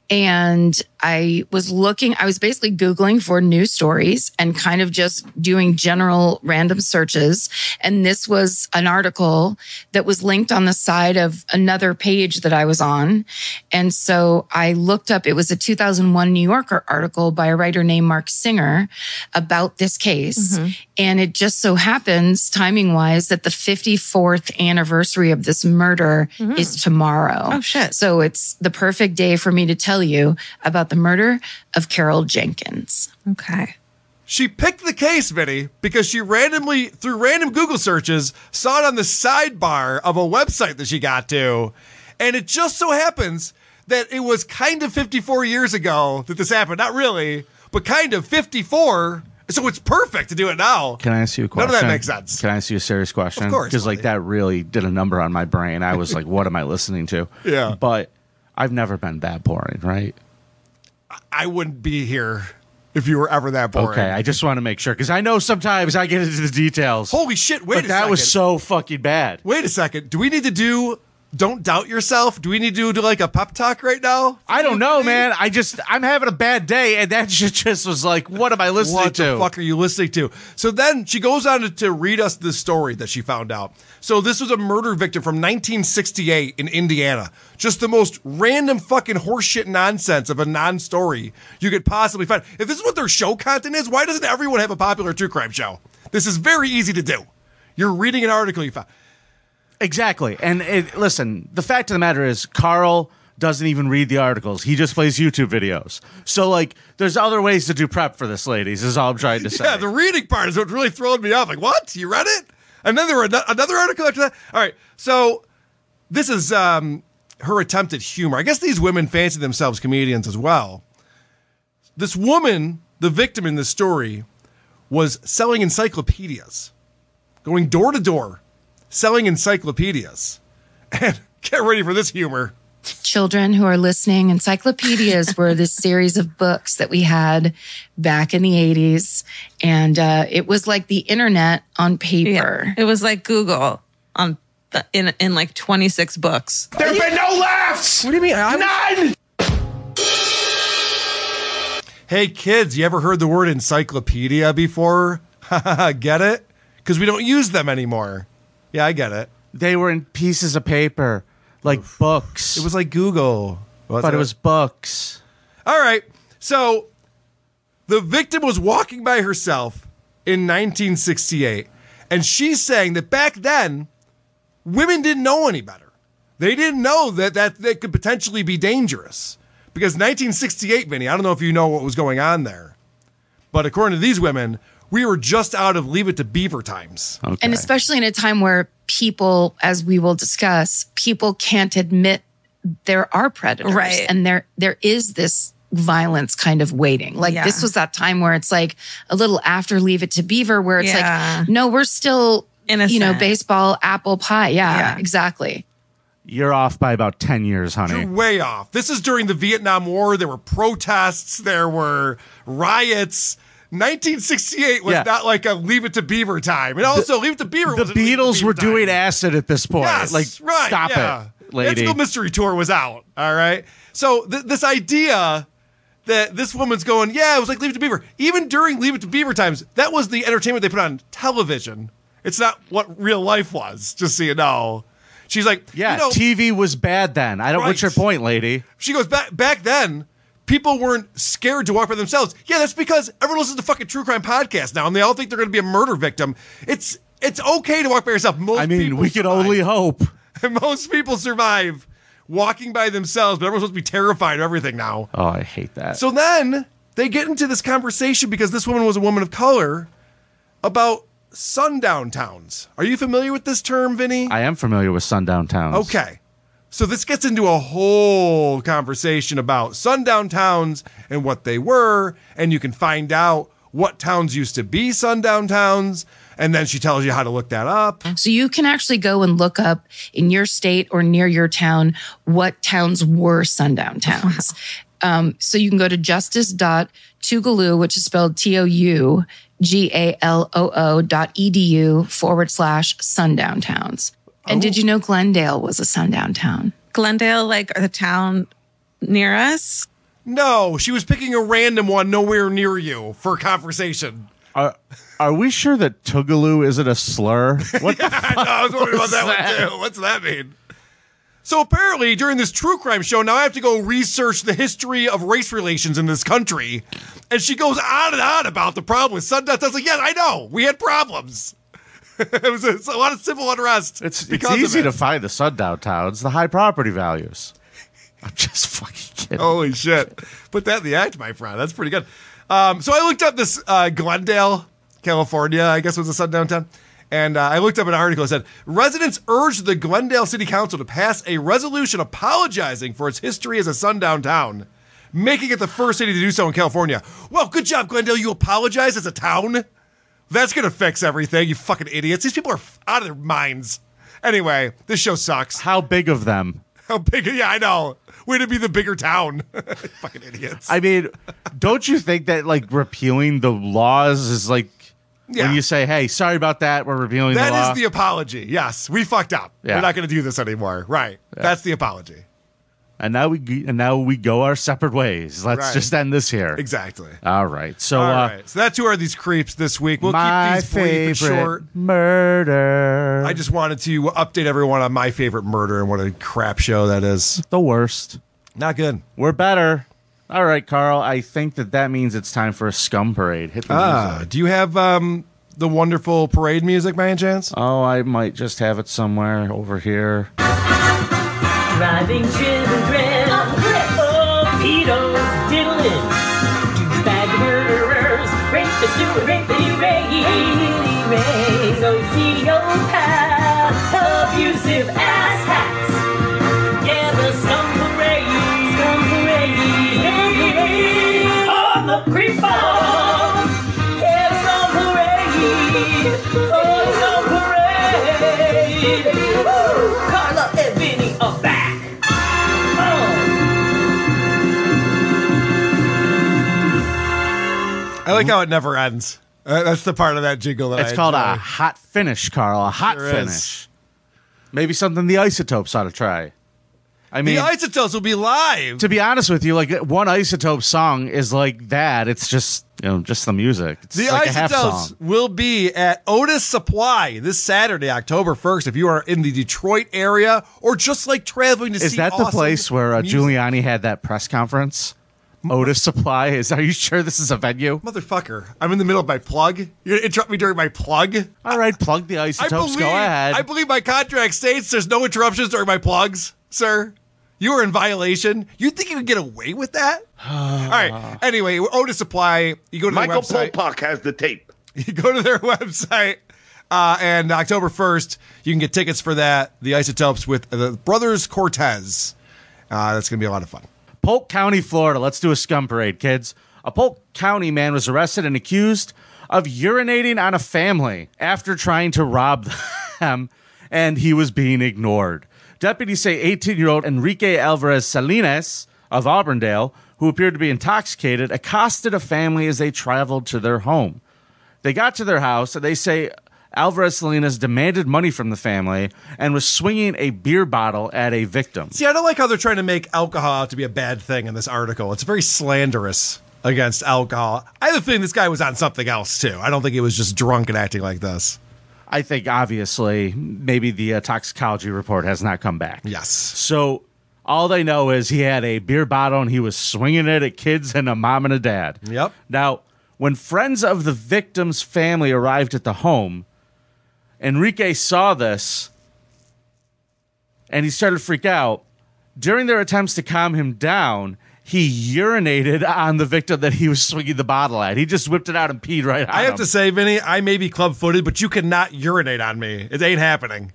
And I was looking, I was basically Googling for news stories and kind of just doing general random searches. And this was an article that was linked on the side of another page that I was on. And so I looked up, it was a 2001 New Yorker article by a writer named Mark Singer about this case. Mhm. And it just so happens, timing wise, that the 54th anniversary of this murder Mhm. is tomorrow. Oh, shit. So it's the perfect day for me to tell you about the murder of Carol Jenkins. Okay. She picked the case, Vinny, because she randomly, through random Google searches, saw it on the sidebar of a website that she got to. And it just so happens that it was kind of 54 years ago that this happened. Not really, but kind of 54. So it's perfect to do it now. Can I ask you a None of question? that makes sense. Can I ask you a serious question? Of course, Because like that really did a number on my brain. I was like, what am I listening to? Yeah. But I've never been that boring, right? I wouldn't be here if you were ever that boring. Okay. I just want to make sure because I know sometimes I get into the details. Holy shit! Wait But a that second. was so fucking bad. Wait a second. Do we need to do don't doubt yourself? Do we need to do like a pep talk right now? I don't know, man. I just I'm having a bad day, and that shit just was like, what am I listening what to? the fuck are you listening to? So then she goes on to, to read us the story that she found out. So this was a murder victim from 1968 in Indiana. Just the most random fucking horseshit nonsense of a non-story you could possibly find. If this is what their show content is, why doesn't everyone have a popular true crime show? This is very easy to do. You're reading an article you found. Exactly. And it, listen, the fact of the matter is, Carl doesn't even read the articles. He just plays YouTube videos. So, like, there's other ways to do prep for this, ladies, is all I'm trying to say. Yeah, the reading part is what really throwed me off. Like, what? You read it? And then there were ano- another article after that. All right, so this is um, her attempt at humor. I guess these women fancy themselves comedians as well. This woman, the victim in this story, was selling encyclopedias, going door to door, selling encyclopedias. And get ready for this humor. Children who are listening, encyclopedias were this series of books that we had back in the 80s. And uh, it was like the internet on paper. It was like Google on in in like 26 books. There've been no laughs. What do you mean? None. Hey kids, you ever heard the word encyclopedia before? get it? Because we don't use them anymore. Yeah, I get it. They were in pieces of paper, like books. It was like Google, but it was books. All right. So the victim was walking by herself in 1968, and she's saying that back then, women didn't know any better. They didn't know that that, that could potentially be dangerous. Because 1968, Vinny, I don't know if you know what was going on there, but according to these women, we were just out of Leave It to Beaver times. And especially in a time where people, as we will discuss, people can't admit there are predators Right. and there there is this violence kind of waiting. Like Yeah. this was that time where it's like a little after Leave It to Beaver where it's Yeah. like no, we're still you know Innocent. baseball apple pie. Yeah, Yeah. exactly. You're off by about 10 years, honey. You're way off. This is during the Vietnam War. There were protests. There were riots. 1968 was Yeah. not like a Leave It to Beaver time. And also, Leave It to Beaver The was Beatles were doing acid at this point. Yes, like, right, stop yeah. it, Let's lady. Go Mystery Tour was out. All right. So th- this idea that this woman's going, yeah, it was like Leave It to Beaver. Even during Leave It to Beaver times, that was the entertainment they put on television. It's not what real life was. Just so you know, she's like, yeah, you know, TV was bad then. I don't. What's your point, lady? She goes back back then. People weren't scared to walk by themselves. Yeah, that's because everyone listens to fucking true crime podcasts now, and they all think they're going to be a murder victim. It's it's okay to walk by yourself. Most I mean, we can only hope. Most people survive walking by themselves, but everyone's supposed to be terrified of everything now. Oh, I hate that. So then they get into this conversation because this woman was a woman of color about sundown towns. Are you familiar with this term, Vinny? I am familiar with sundown towns. Okay. So this gets into a whole conversation about sundown towns and what they were, and you can find out what towns used to be sundown towns, and then she tells you how to look that up. So you can actually go and look up in your state or near your town what towns were sundown towns. Um, so you can go to justice.tougaloo, which is spelled T O U G A L O O dot edu forward slash sundown towns. And did you know Glendale was a sundown town? Glendale, like the town near us. No, she was picking a random one nowhere near you for a conversation. Are, are we sure that Tougaloo isn't a slur? What the I know, I was wondering about was that, that? one too. What's that mean? So apparently, during this true crime show, now I have to go research the history of race relations in this country. And she goes on and on about the problem with Sundance. I was like, yeah, I know. We had problems. it was a, it's a lot of civil unrest. It's, It's easy to find the sundown towns, the high property values. I'm just fucking kidding. Holy shit. Put that in the act, my friend. That's pretty good. Um, so I looked up this uh, Glendale, California, I guess was a sundown town. And uh, I looked up an article that said residents urged the Glendale City Council to pass a resolution apologizing for its history as a sundown town, making it the first city to do so in California. Well, good job, Glendale. You apologize as a town? That's going to fix everything, you fucking idiots. These people are f- out of their minds. Anyway, this show sucks. How big of them? How big? Yeah, I know. Way to be the bigger town. fucking idiots. I mean, don't you think that like repealing the laws is like When you say, "Hey, sorry about that. We're revealing That the law." is the apology. Yes, we fucked up. uh, Yeah. We're not going to do this anymore. Right. That's the apology. and now we g- and now we go our separate ways. Let's Right. just end this here. Exactly. All right. So All uh, right. So that's who are these creeps this week. We'll my keep these bleep favorite short. murder. I just wanted to update everyone on my favorite murder and what a crap show that is. The worst. Not good. We're better. All right, Carl. I think that that means it's time for a scum parade. Hit the Ah, music. do you have um, the wonderful parade music by any chance? Oh, I might just have it somewhere over here. Driving children of Oh, pedos diddling. Bag murderers, rapists who are rapity ray, ray, sociopaths, abusive asshats. Yeah, the scum parade, scum parade, on the creeper. Yeah, scum parade, oh, scum parade. Woo! Carla and Vinny are back. Oh. I like how it never ends. Uh, that's the part of that jingle that It's I called enjoy. a hot finish, Carl. A hot Sure is. finish. Maybe something the isotopes ought to try. I mean, the isotopes will be live. to be honest with you, like one isotope song is like that. It's just you know, just the music. It's The like a half Isotopes song. will be at Otis Supply this Saturday, October 1st. If you are in the Detroit area or just like traveling to see Is that the awesome place where uh, music- Giuliani had that press conference? Otis Supply is. Are you sure this is a venue? Motherfucker, I'm in the middle of my plug. You're going to interrupt me during my plug? All right, plug the I isotopes. believe, go ahead. I believe my contract states there's no interruptions during my plugs, sir. You are in violation. You think you can get away with that? All right. Anyway, Otis Supply, you go to Michael their website. Popak has the tape. You go to their website. Uh, and October 1st, you can get tickets for that. The Isotopes with the Brothers Cortez. Uh, that's going to be a lot of fun. Polk County, Florida. Let's do a scum parade, kids. A Polk County man was arrested and accused of urinating on a family after trying to rob them, and he was being ignored. Deputies say 18 year old Enrique Alvarez Salinas of Auburndale, who appeared to be intoxicated, accosted a family as they traveled to their home. They got to their house and they say Alvarez Salinas demanded money from the family and was swinging a beer bottle at a victim. See, I don't like how they're trying to make alcohol out to be a bad thing in this article. It's very slanderous against alcohol. I have a feeling this guy was on something else, too. I don't think he was just drunk and acting like this. I think obviously maybe the uh, toxicology report has not come back. Yes. So all they know is he had a beer bottle and he was swinging it at kids and a mom and a dad. Yep. Now, when friends of the victim's family arrived at the home, Enrique saw this and he started to freak out. During their attempts to calm him down, he urinated on the victim that he was swinging the bottle at. He just whipped it out and peed right on I have him. to say, Vinny, I may be club footed, but you cannot urinate on me. It ain't happening.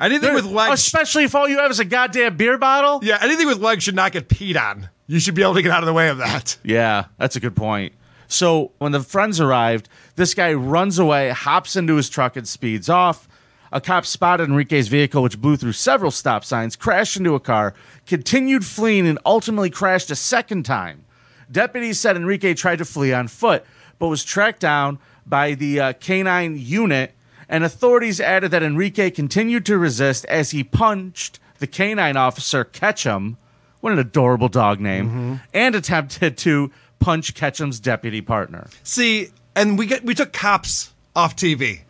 Anything There- with legs. Especially if all you have is a goddamn beer bottle. Yeah, anything with legs should not get peed on. You should be able to get out of the way of that. Yeah, that's a good point. So when the friends arrived, this guy runs away, hops into his truck, and speeds off. A cop spotted Enrique's vehicle, which blew through several stop signs, crashed into a car, continued fleeing, and ultimately crashed a second time. Deputies said Enrique tried to flee on foot, but was tracked down by the uh, canine unit, and authorities added that Enrique continued to resist as he punched the canine officer Ketchum. What an adorable dog name. Mm-hmm. And attempted to punch Ketchum's deputy partner. See, and we get we took cops off TV.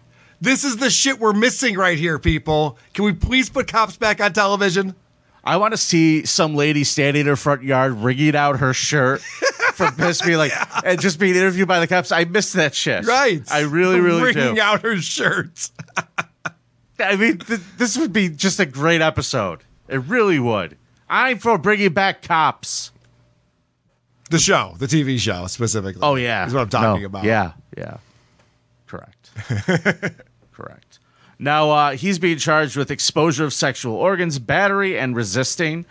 This is the shit we're missing right here, people. Can we please put cops back on television? I want to see some lady standing in her front yard, wringing out her shirt from piss me, like, and just being interviewed by the cops. I miss that shit. Right. I really, really Wringing do. out her shirt. I mean, th- this would be just a great episode. It really would. I'm for bringing back cops. The show, the TV show specifically. Oh yeah, is what I'm talking No, about. Yeah, yeah, correct, correct. Now uh, he's being charged with exposure of sexual organs, battery, and resisting,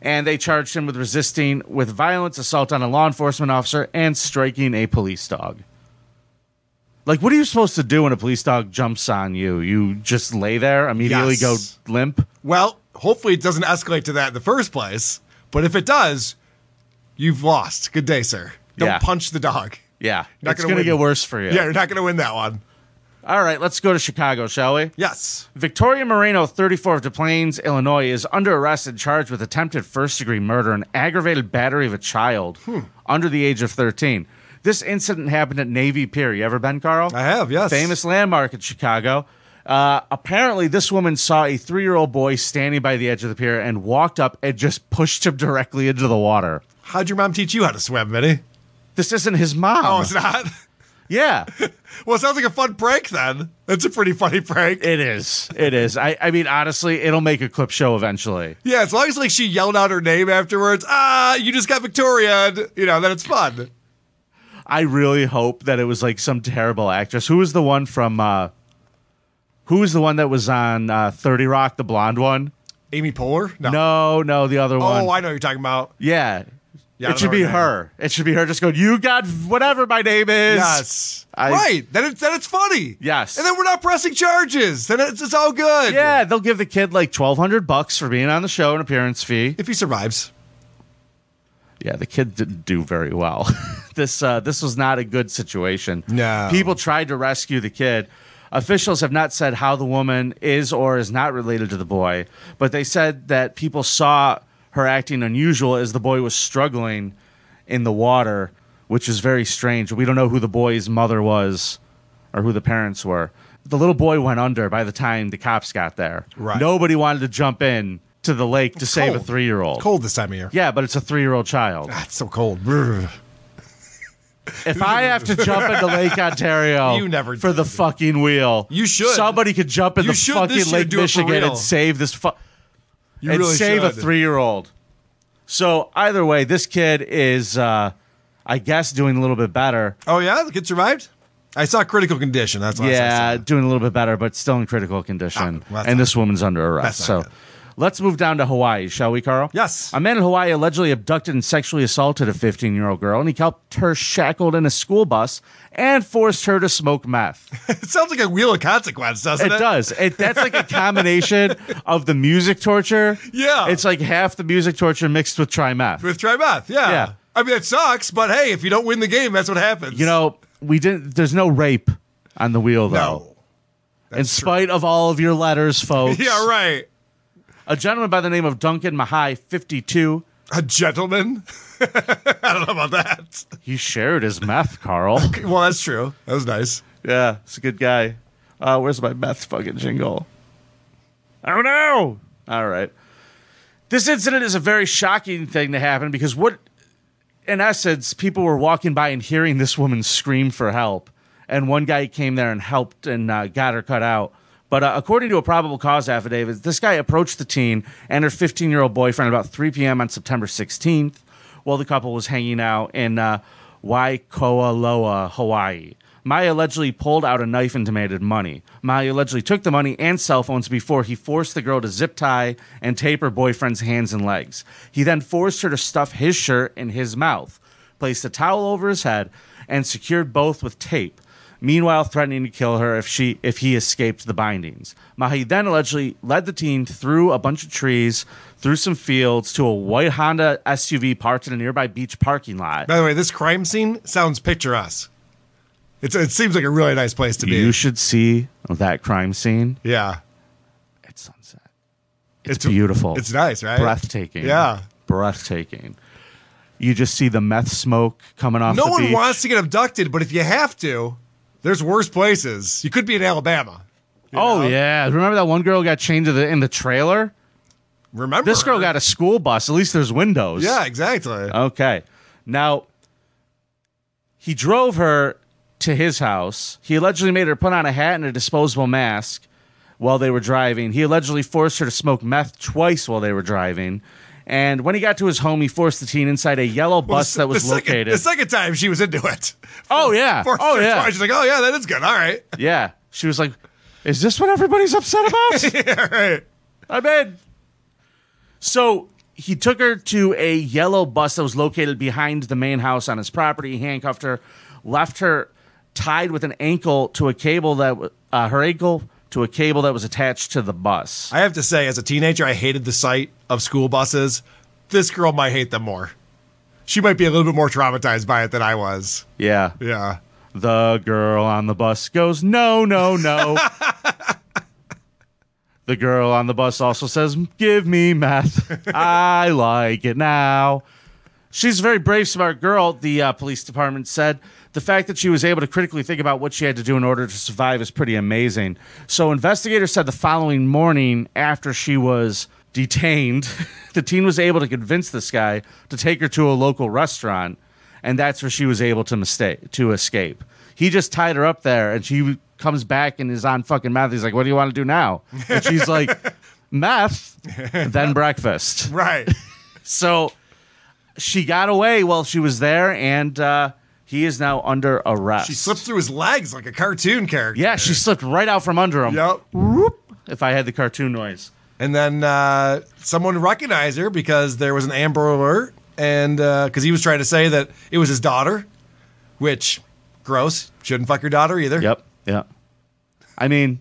and they charged him with resisting with violence, assault on a law enforcement officer, and striking a police dog. Like, what are you supposed to do when a police dog jumps on you? You just lay there immediately, Yes. go limp. Well, hopefully it doesn't escalate to that in the first place. But if it does, you've lost. Good day, sir. Don't Yeah. punch the dog. Yeah, Not it's gonna going to win. get worse for you. Yeah, you're not going to win that one. All right, let's go to Chicago, shall we? Yes. Victoria Moreno, 34 of Des Plaines, Illinois, is under arrest and charged with attempted first degree murder and aggravated battery of a child Hmm. under the age of 13. This incident happened at Navy Pier. You ever been, Carl? I have, yes. Famous landmark in Chicago. Uh, apparently, this woman saw a three year old boy standing by the edge of the pier and walked up and just pushed him directly into the water. How'd your mom teach you how to swim, Vinny? This isn't his mom. Oh, it's not? Yeah. well, it sounds like a fun prank then. It's a pretty funny prank. It is. It is. I, I mean, honestly, it'll make a clip show eventually. Yeah, as long as like she yelled out her name afterwards, ah, you just got Victoria, you know, then it's fun. I really hope that it was like some terrible actress. Who was the one from? uh Who was the one that was on uh, Thirty Rock? The blonde one. Amy Poehler? No, no, the other one. Oh, I know what you're talking about. yeah. Yeah, I it don't should know be her name. her. It should be her just going, You got whatever my name is. Yes. I- right. Then it's, then it's funny. Yes. And then we're not pressing charges. Then it's, it's all good. Yeah, they'll give the kid like twelve hundred bucks for being on the show and appearance fee. If he survives. Yeah, the kid didn't do very well. this uh, this was not a good situation. No. People tried to rescue the kid. Officials have not said how the woman is or is not related to the boy, but they said that people saw her acting unusual as the boy was struggling in the water, which is very strange. We don't know who the boy's mother was or who the parents were. The little boy went under by the time the cops got there. Right. Nobody wanted to jump in to the lake to save a cold. three year old. It's cold this time of year. Yeah, but it's a three year old child. Ah, it's so cold. Brr. If I have to jump into Lake Ontario You never for the fucking wheel, you should. Somebody could jump in You the should fucking this year Lake do it for Michigan real. and save this fu- You and really save a should. three year old. So either way, this kid is, uh, I guess, doing a little bit better. Oh, yeah? The kid survived? I saw critical condition. That's what I saw. yeah, doing a little bit better, but still in critical condition. well, that's and not this woman's under arrest. That's So let's move down to Hawaii, shall we, Carl? Yes. A man in Hawaii allegedly abducted and sexually assaulted a 15 year old girl, and he kept her shackled in a school bus and forced her to smoke meth. It sounds like a wheel of consequence, doesn't it? It does. It, that's like a combination of the music torture. Yeah. It's like half the music torture mixed with trimeth. With try math, yeah. Yeah. I mean, it sucks, but hey, if you don't win the game, that's what happens. You know, we didn't. There's no rape on the wheel though. In spite of all of your letters, folks. yeah, right. A gentleman by the name of Duncan Mahai, 52. A gentleman? I don't know about that. He shared his meth, Carl. Well, that's true. That was nice. Yeah, it's a good guy. Uh, where's my meth fucking jingle? I don't know. All right. This incident is a very shocking thing to happen because what, in essence, people were walking by and hearing this woman scream for help. And one guy came there and helped and uh, got her cut out. But uh, according to a probable cause affidavit, this guy approached the teen and her 15 year old boyfriend about 3 p.m. on September 16th while the couple was hanging out in uh, Waikoloa, Hawaii. Maya allegedly pulled out a knife and demanded money. Maya allegedly took the money and cell phones before he forced the girl to zip tie and tape her boyfriend's hands and legs. He then forced her to stuff his shirt in his mouth, placed a towel over his head, and secured both with tape. Meanwhile, threatening to kill her if she if he escaped the bindings. Mahi then allegedly led the team through a bunch of trees, through some fields, to a white Honda SUV parked in a nearby beach parking lot. By the way, this crime scene sounds picturesque. It's, it seems like a really nice place to be. You should see that crime scene. yeah. It's sunset. It's, beautiful. It's nice, right? Breathtaking. Yeah. Breathtaking. You just see the meth smoke coming off no the one beach. wants to get abducted, but if you have to, there's worse places. You could be in Alabama. oh yeah. Remember that one girl got chained to the in the trailer? Remember This girl got a school bus. At least there's windows. Yeah, exactly. Okay. Now, he drove her to his house. He allegedly made her put on a hat and a disposable mask while they were driving. He allegedly forced her to smoke meth twice while they were driving. And when he got to his home, he forced the teen inside a yellow Well, bus the, that was the second- located. the second time she was into it. oh, yeah. Forced oh, her yeah. twice. She's like, oh, yeah, that is good. All right. Yeah. She was like, Is this what everybody's upset about? I'm in. So he took her to a yellow bus that was located behind the main house on his property, handcuffed her, left her tied with an ankle to a cable that, w- uh, her ankle to a cable that was attached to the bus. I have to say, as a teenager, I hated the sight of school buses. This girl might hate them more. she might be a little bit more traumatized by it than I was. Yeah. Yeah. The girl on the bus goes, no, no, no. the girl on the bus also says, give me meth. I like it now. She's a very brave, smart girl, the uh, police department said. The fact that she was able to critically think about what she had to do in order to survive is pretty amazing. So, investigators said the following morning after she was detained, the teen was able to convince this guy to take her to a local restaurant, and that's where she was able to mistake to escape. He just tied her up there, and she comes back and is on fucking meth. He's like, "What do you want to do now?" And she's like, "Meth, then breakfast." Right. so she got away while she was there, and uh, he is now under arrest. She slipped through his legs like a cartoon character. Yeah, she slipped right out from under him. Yep. If I had the cartoon noise. And then uh, someone recognized her because there was an Amber Alert, and because he was trying to say that it was his daughter, which gross. Shouldn't fuck your daughter either. Yep. Yeah. I mean,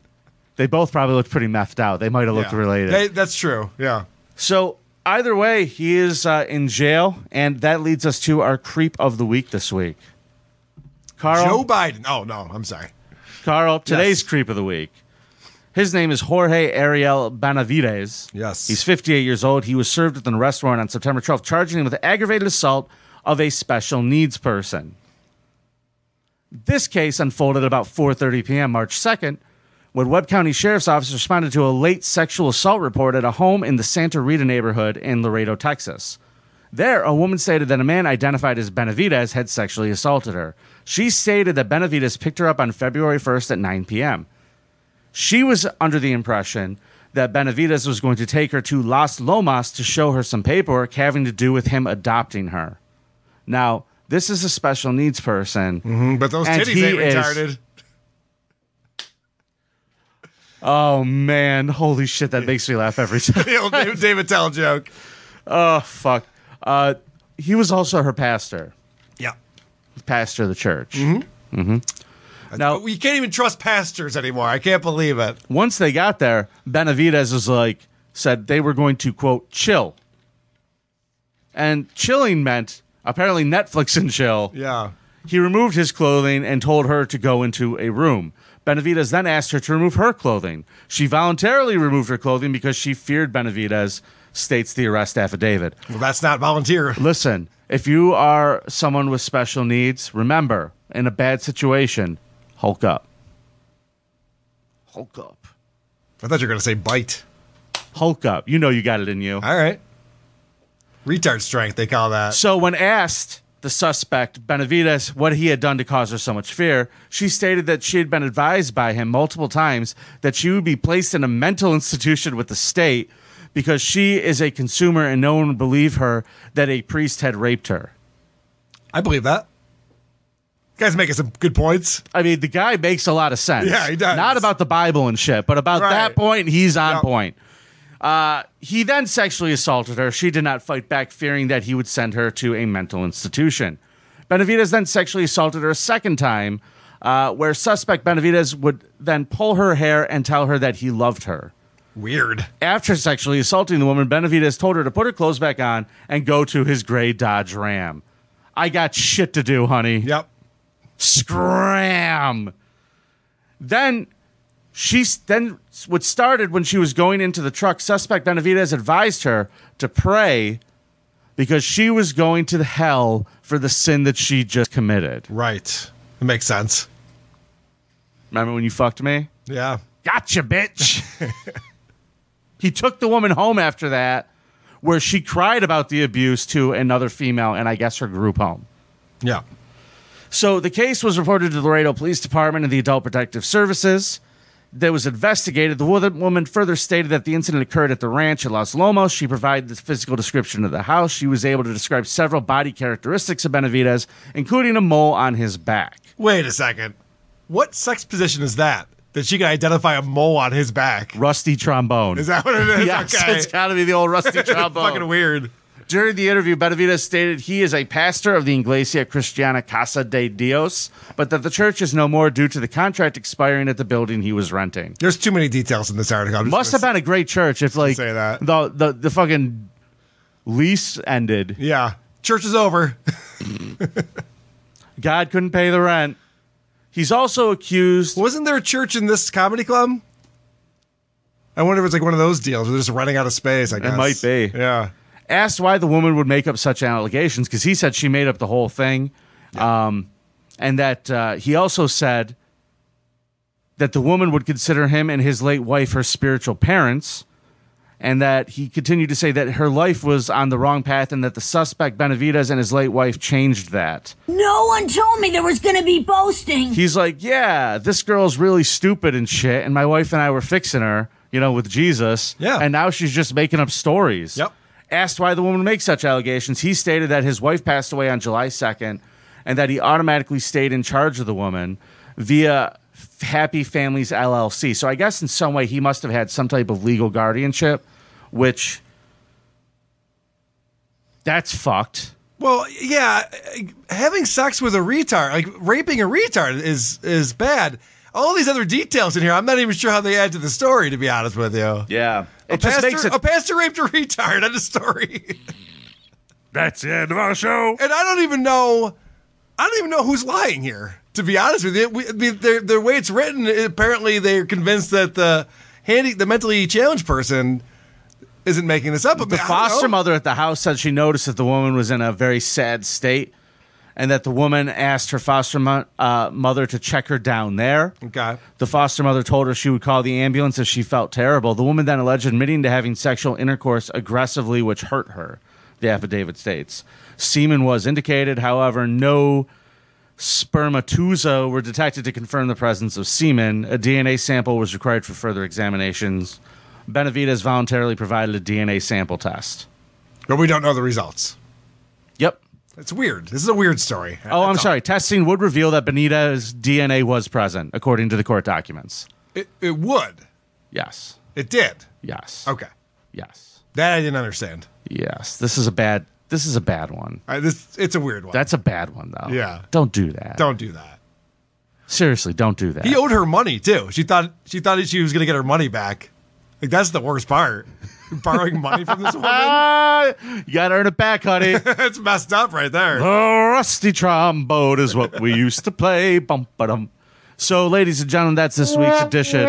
they both probably looked pretty methed out. They might have looked Yeah. related. They- that's true. Yeah. So either way, he is uh, in jail, and that leads us to our creep of the week this week. Carl, Joe Biden. Oh no, I'm sorry. Carl, today's creep of the week. His name is Jorge Ariel Benavides. Yes. He's 58 years old. He was served at the restaurant on September 12th, charging him with aggravated assault of a special needs person. This case unfolded at about 4:30 p.m. March 2nd, when Webb County Sheriff's Office responded to a late sexual assault report at a home in the Santa Rita neighborhood in Laredo, Texas. There, a woman stated that a man identified as Benavides had sexually assaulted her. She stated that Benavides picked her up on February 1st at 9 p.m. She was under the impression that Benavides was going to take her to Las Lomas to show her some paperwork having to do with him adopting her. Now, this is a special needs person. but Those titties ain't retarded. Oh man, holy shit, that makes me laugh every time. The old David- David Tell joke. Oh fuck. Uh, he was also her pastor. Yeah. Pastor of the church. Mm-hmm. Now we can't even trust pastors anymore. I can't believe it. Once they got there, Benavides was like said they were going to quote chill. And chilling meant apparently Netflix and chill. Yeah. He removed his clothing and told her to go into a room. Benavides then asked her to remove her clothing. She voluntarily removed her clothing because she feared Benavides, states the arrest affidavit. Well, that's not volunteer. Listen, if you are someone with special needs, remember, in a bad situation, hulk up. Hulk up. I thought you were going to say bite. Hulk up. You know you got it in you. All right. Retard strength, they call that. So when asked the suspect Benavides what he had done to cause her so much fear, she stated that she had been advised by him multiple times that she would be placed in a mental institution with the state because she is a consumer and no one would believe her that a priest had raped her. I believe that. Guys making some good points. I mean, the guy makes a lot of sense. Yeah, he does. Not about the Bible and shit, but about Right. that point, he's on Yep. point. Uh, he then sexually assaulted her. She did not fight back, fearing that he would send her to a mental institution. Benavides then sexually assaulted her a second time, uh, where suspect Benavides would then pull her hair and tell her that he loved her. Weird. After sexually assaulting the woman, Benavides told her to put her clothes back on and go to his gray Dodge Ram. I got shit to do, honey. Yep. Scram. Then she s- then what started when she was going into the truck. Suspect Benavides advised her to pray because she was going to the hell for the sin that she just committed. Right. It makes sense. Remember when you fucked me? Yeah. Gotcha, bitch. he took the woman home after that, where she cried about the abuse to another female and I guess her group home. Yeah. So the case was reported to the Laredo Police Department and the Adult Protective Services. That was investigated. The wo- woman further stated that the incident occurred at the ranch at Los Lomos. She provided the physical description of the house. She was able to describe several body characteristics of Benavides, including a mole on his back. Wait a second. What sex position is that? That she can identify a mole on his back? Rusty trombone. Is that what it is? yes, Okay. it's got to be the old rusty trombone. Fucking weird. During the interview, Benavides stated he is a pastor of the Iglesia Cristiana Casa de Dios, but that the church is no more due to the contract expiring at the building he was renting. There's too many details in this article. I'm just Must have been a great church if like the the the fucking lease ended. Yeah. Church is over. God couldn't pay the rent. He's also accused. Wasn't there a church in this comedy club? I wonder if it's like one of those deals where they're just running out of space. I guess It might be. Yeah. Asked why the woman would make up such allegations because he said she made up the whole thing. Um, and that uh, he also said that the woman would consider him and his late wife her spiritual parents. And that he continued to say that her life was on the wrong path and that the suspect, Benavides, and his late wife changed that. No one told me there was going to be boasting. He's like, yeah, this girl's really stupid and shit. And my wife and I were fixing her, you know, with Jesus. Yeah. And now she's just making up stories. Yep. Asked why the woman makes such allegations, he stated that his wife passed away on July 2nd and that he automatically stayed in charge of the woman via F- Happy Families LLC. So I guess in some way he must have had some type of legal guardianship, which that's fucked. Well, yeah, having sex with a retard, like raping a retard, is is bad. All these other details in here, I'm not even sure how they add to the story. To be honest with you, yeah, a It just pastor, makes it- a pastor raped a retard. End of story. That's the end of our show. And I don't even know, I don't even know who's lying here. To be honest with you, we, I mean, the, the way it's written, apparently they're convinced that the handy, the mentally challenged person isn't making this up. But The foster mother at the house said she noticed that the woman was in a very sad state and that the woman asked her foster mo- uh, mother to check her down there. Okay. The foster mother told her she would call the ambulance if she felt terrible. The woman then alleged admitting to having sexual intercourse aggressively, which hurt her, the affidavit states. Semen was indicated, however, no spermatozoa were detected to confirm the presence of semen. A DNA sample was required for further examinations. Benavides voluntarily provided a DNA sample test. But we don't know the results. Yep. It's weird. This is a weird story. Oh, I'm sorry. Testing would reveal that Benita's DNA was present, according to the court documents. It, it would. Yes. It did. Yes. Okay. Yes. That I didn't understand. Yes. This is a bad. This is a bad one. I, this it's a weird one. That's a bad one, though. Yeah. Don't do that. Don't do that. Seriously, don't do that. He owed her money too. She thought she thought she was going to get her money back. Like that's the worst part. Borrowing money from this woman. Ah, you got to earn it back, honey. it's messed up right there. The rusty trombone is what we used to play. Bum ba So, ladies and gentlemen, that's this week's edition.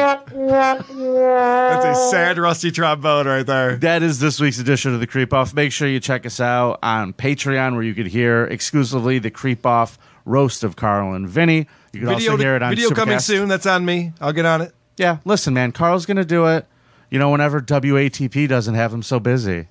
That's a sad rusty trombone right there. That is this week's edition of the Creep Off. Make sure you check us out on Patreon, where you can hear exclusively the Creep Off roast of Carl and Vinny. You can also hear it on video coming Supercast. soon. That's on me. I'll get on it. Yeah, listen, man, Carl's gonna do it. You know, whenever WATP doesn't have him so busy.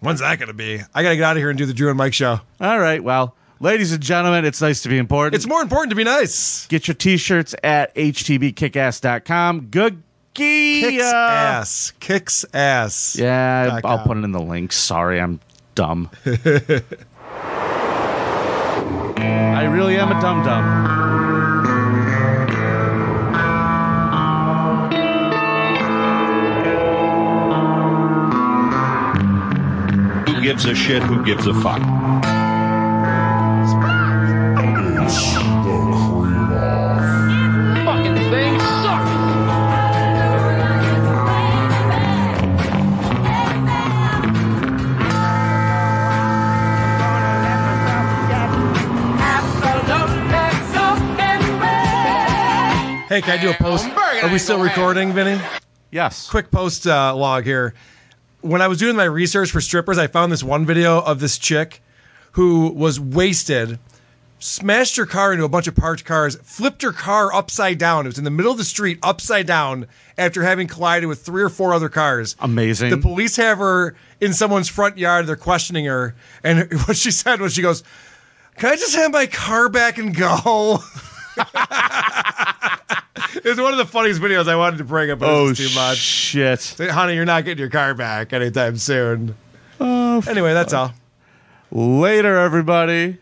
When's that going to be? I got to get out of here and do the Drew and Mike show. All right, well, ladies and gentlemen, it's nice to be important. It's more important to be nice. Get your t-shirts at htbkickass.com. Good Kicks ass. Kicks ass. uh, Yeah, Dot I'll com. put it in the link. Sorry, I'm dumb. I really am a dumb dumb. Who gives a shit? Who gives a fuck? Fucking thing sucks. Hey, can I do a post? Are we still recording, Vinny? Yes. Quick post uh, log here. When I was doing my research for strippers, I found this one video of this chick who was wasted, smashed her car into a bunch of parked cars, flipped her car upside down. It was in the middle of the street, upside down, after having collided with three or four other cars. Amazing. The police have her in someone's front yard. They're questioning her. And what she said was, she goes, Can I just have my car back and go? it's one of the funniest videos I wanted to bring up. But Oh, it was too much. shit. honey, you're not getting your car back anytime soon. anyway, that's all. Later, everybody.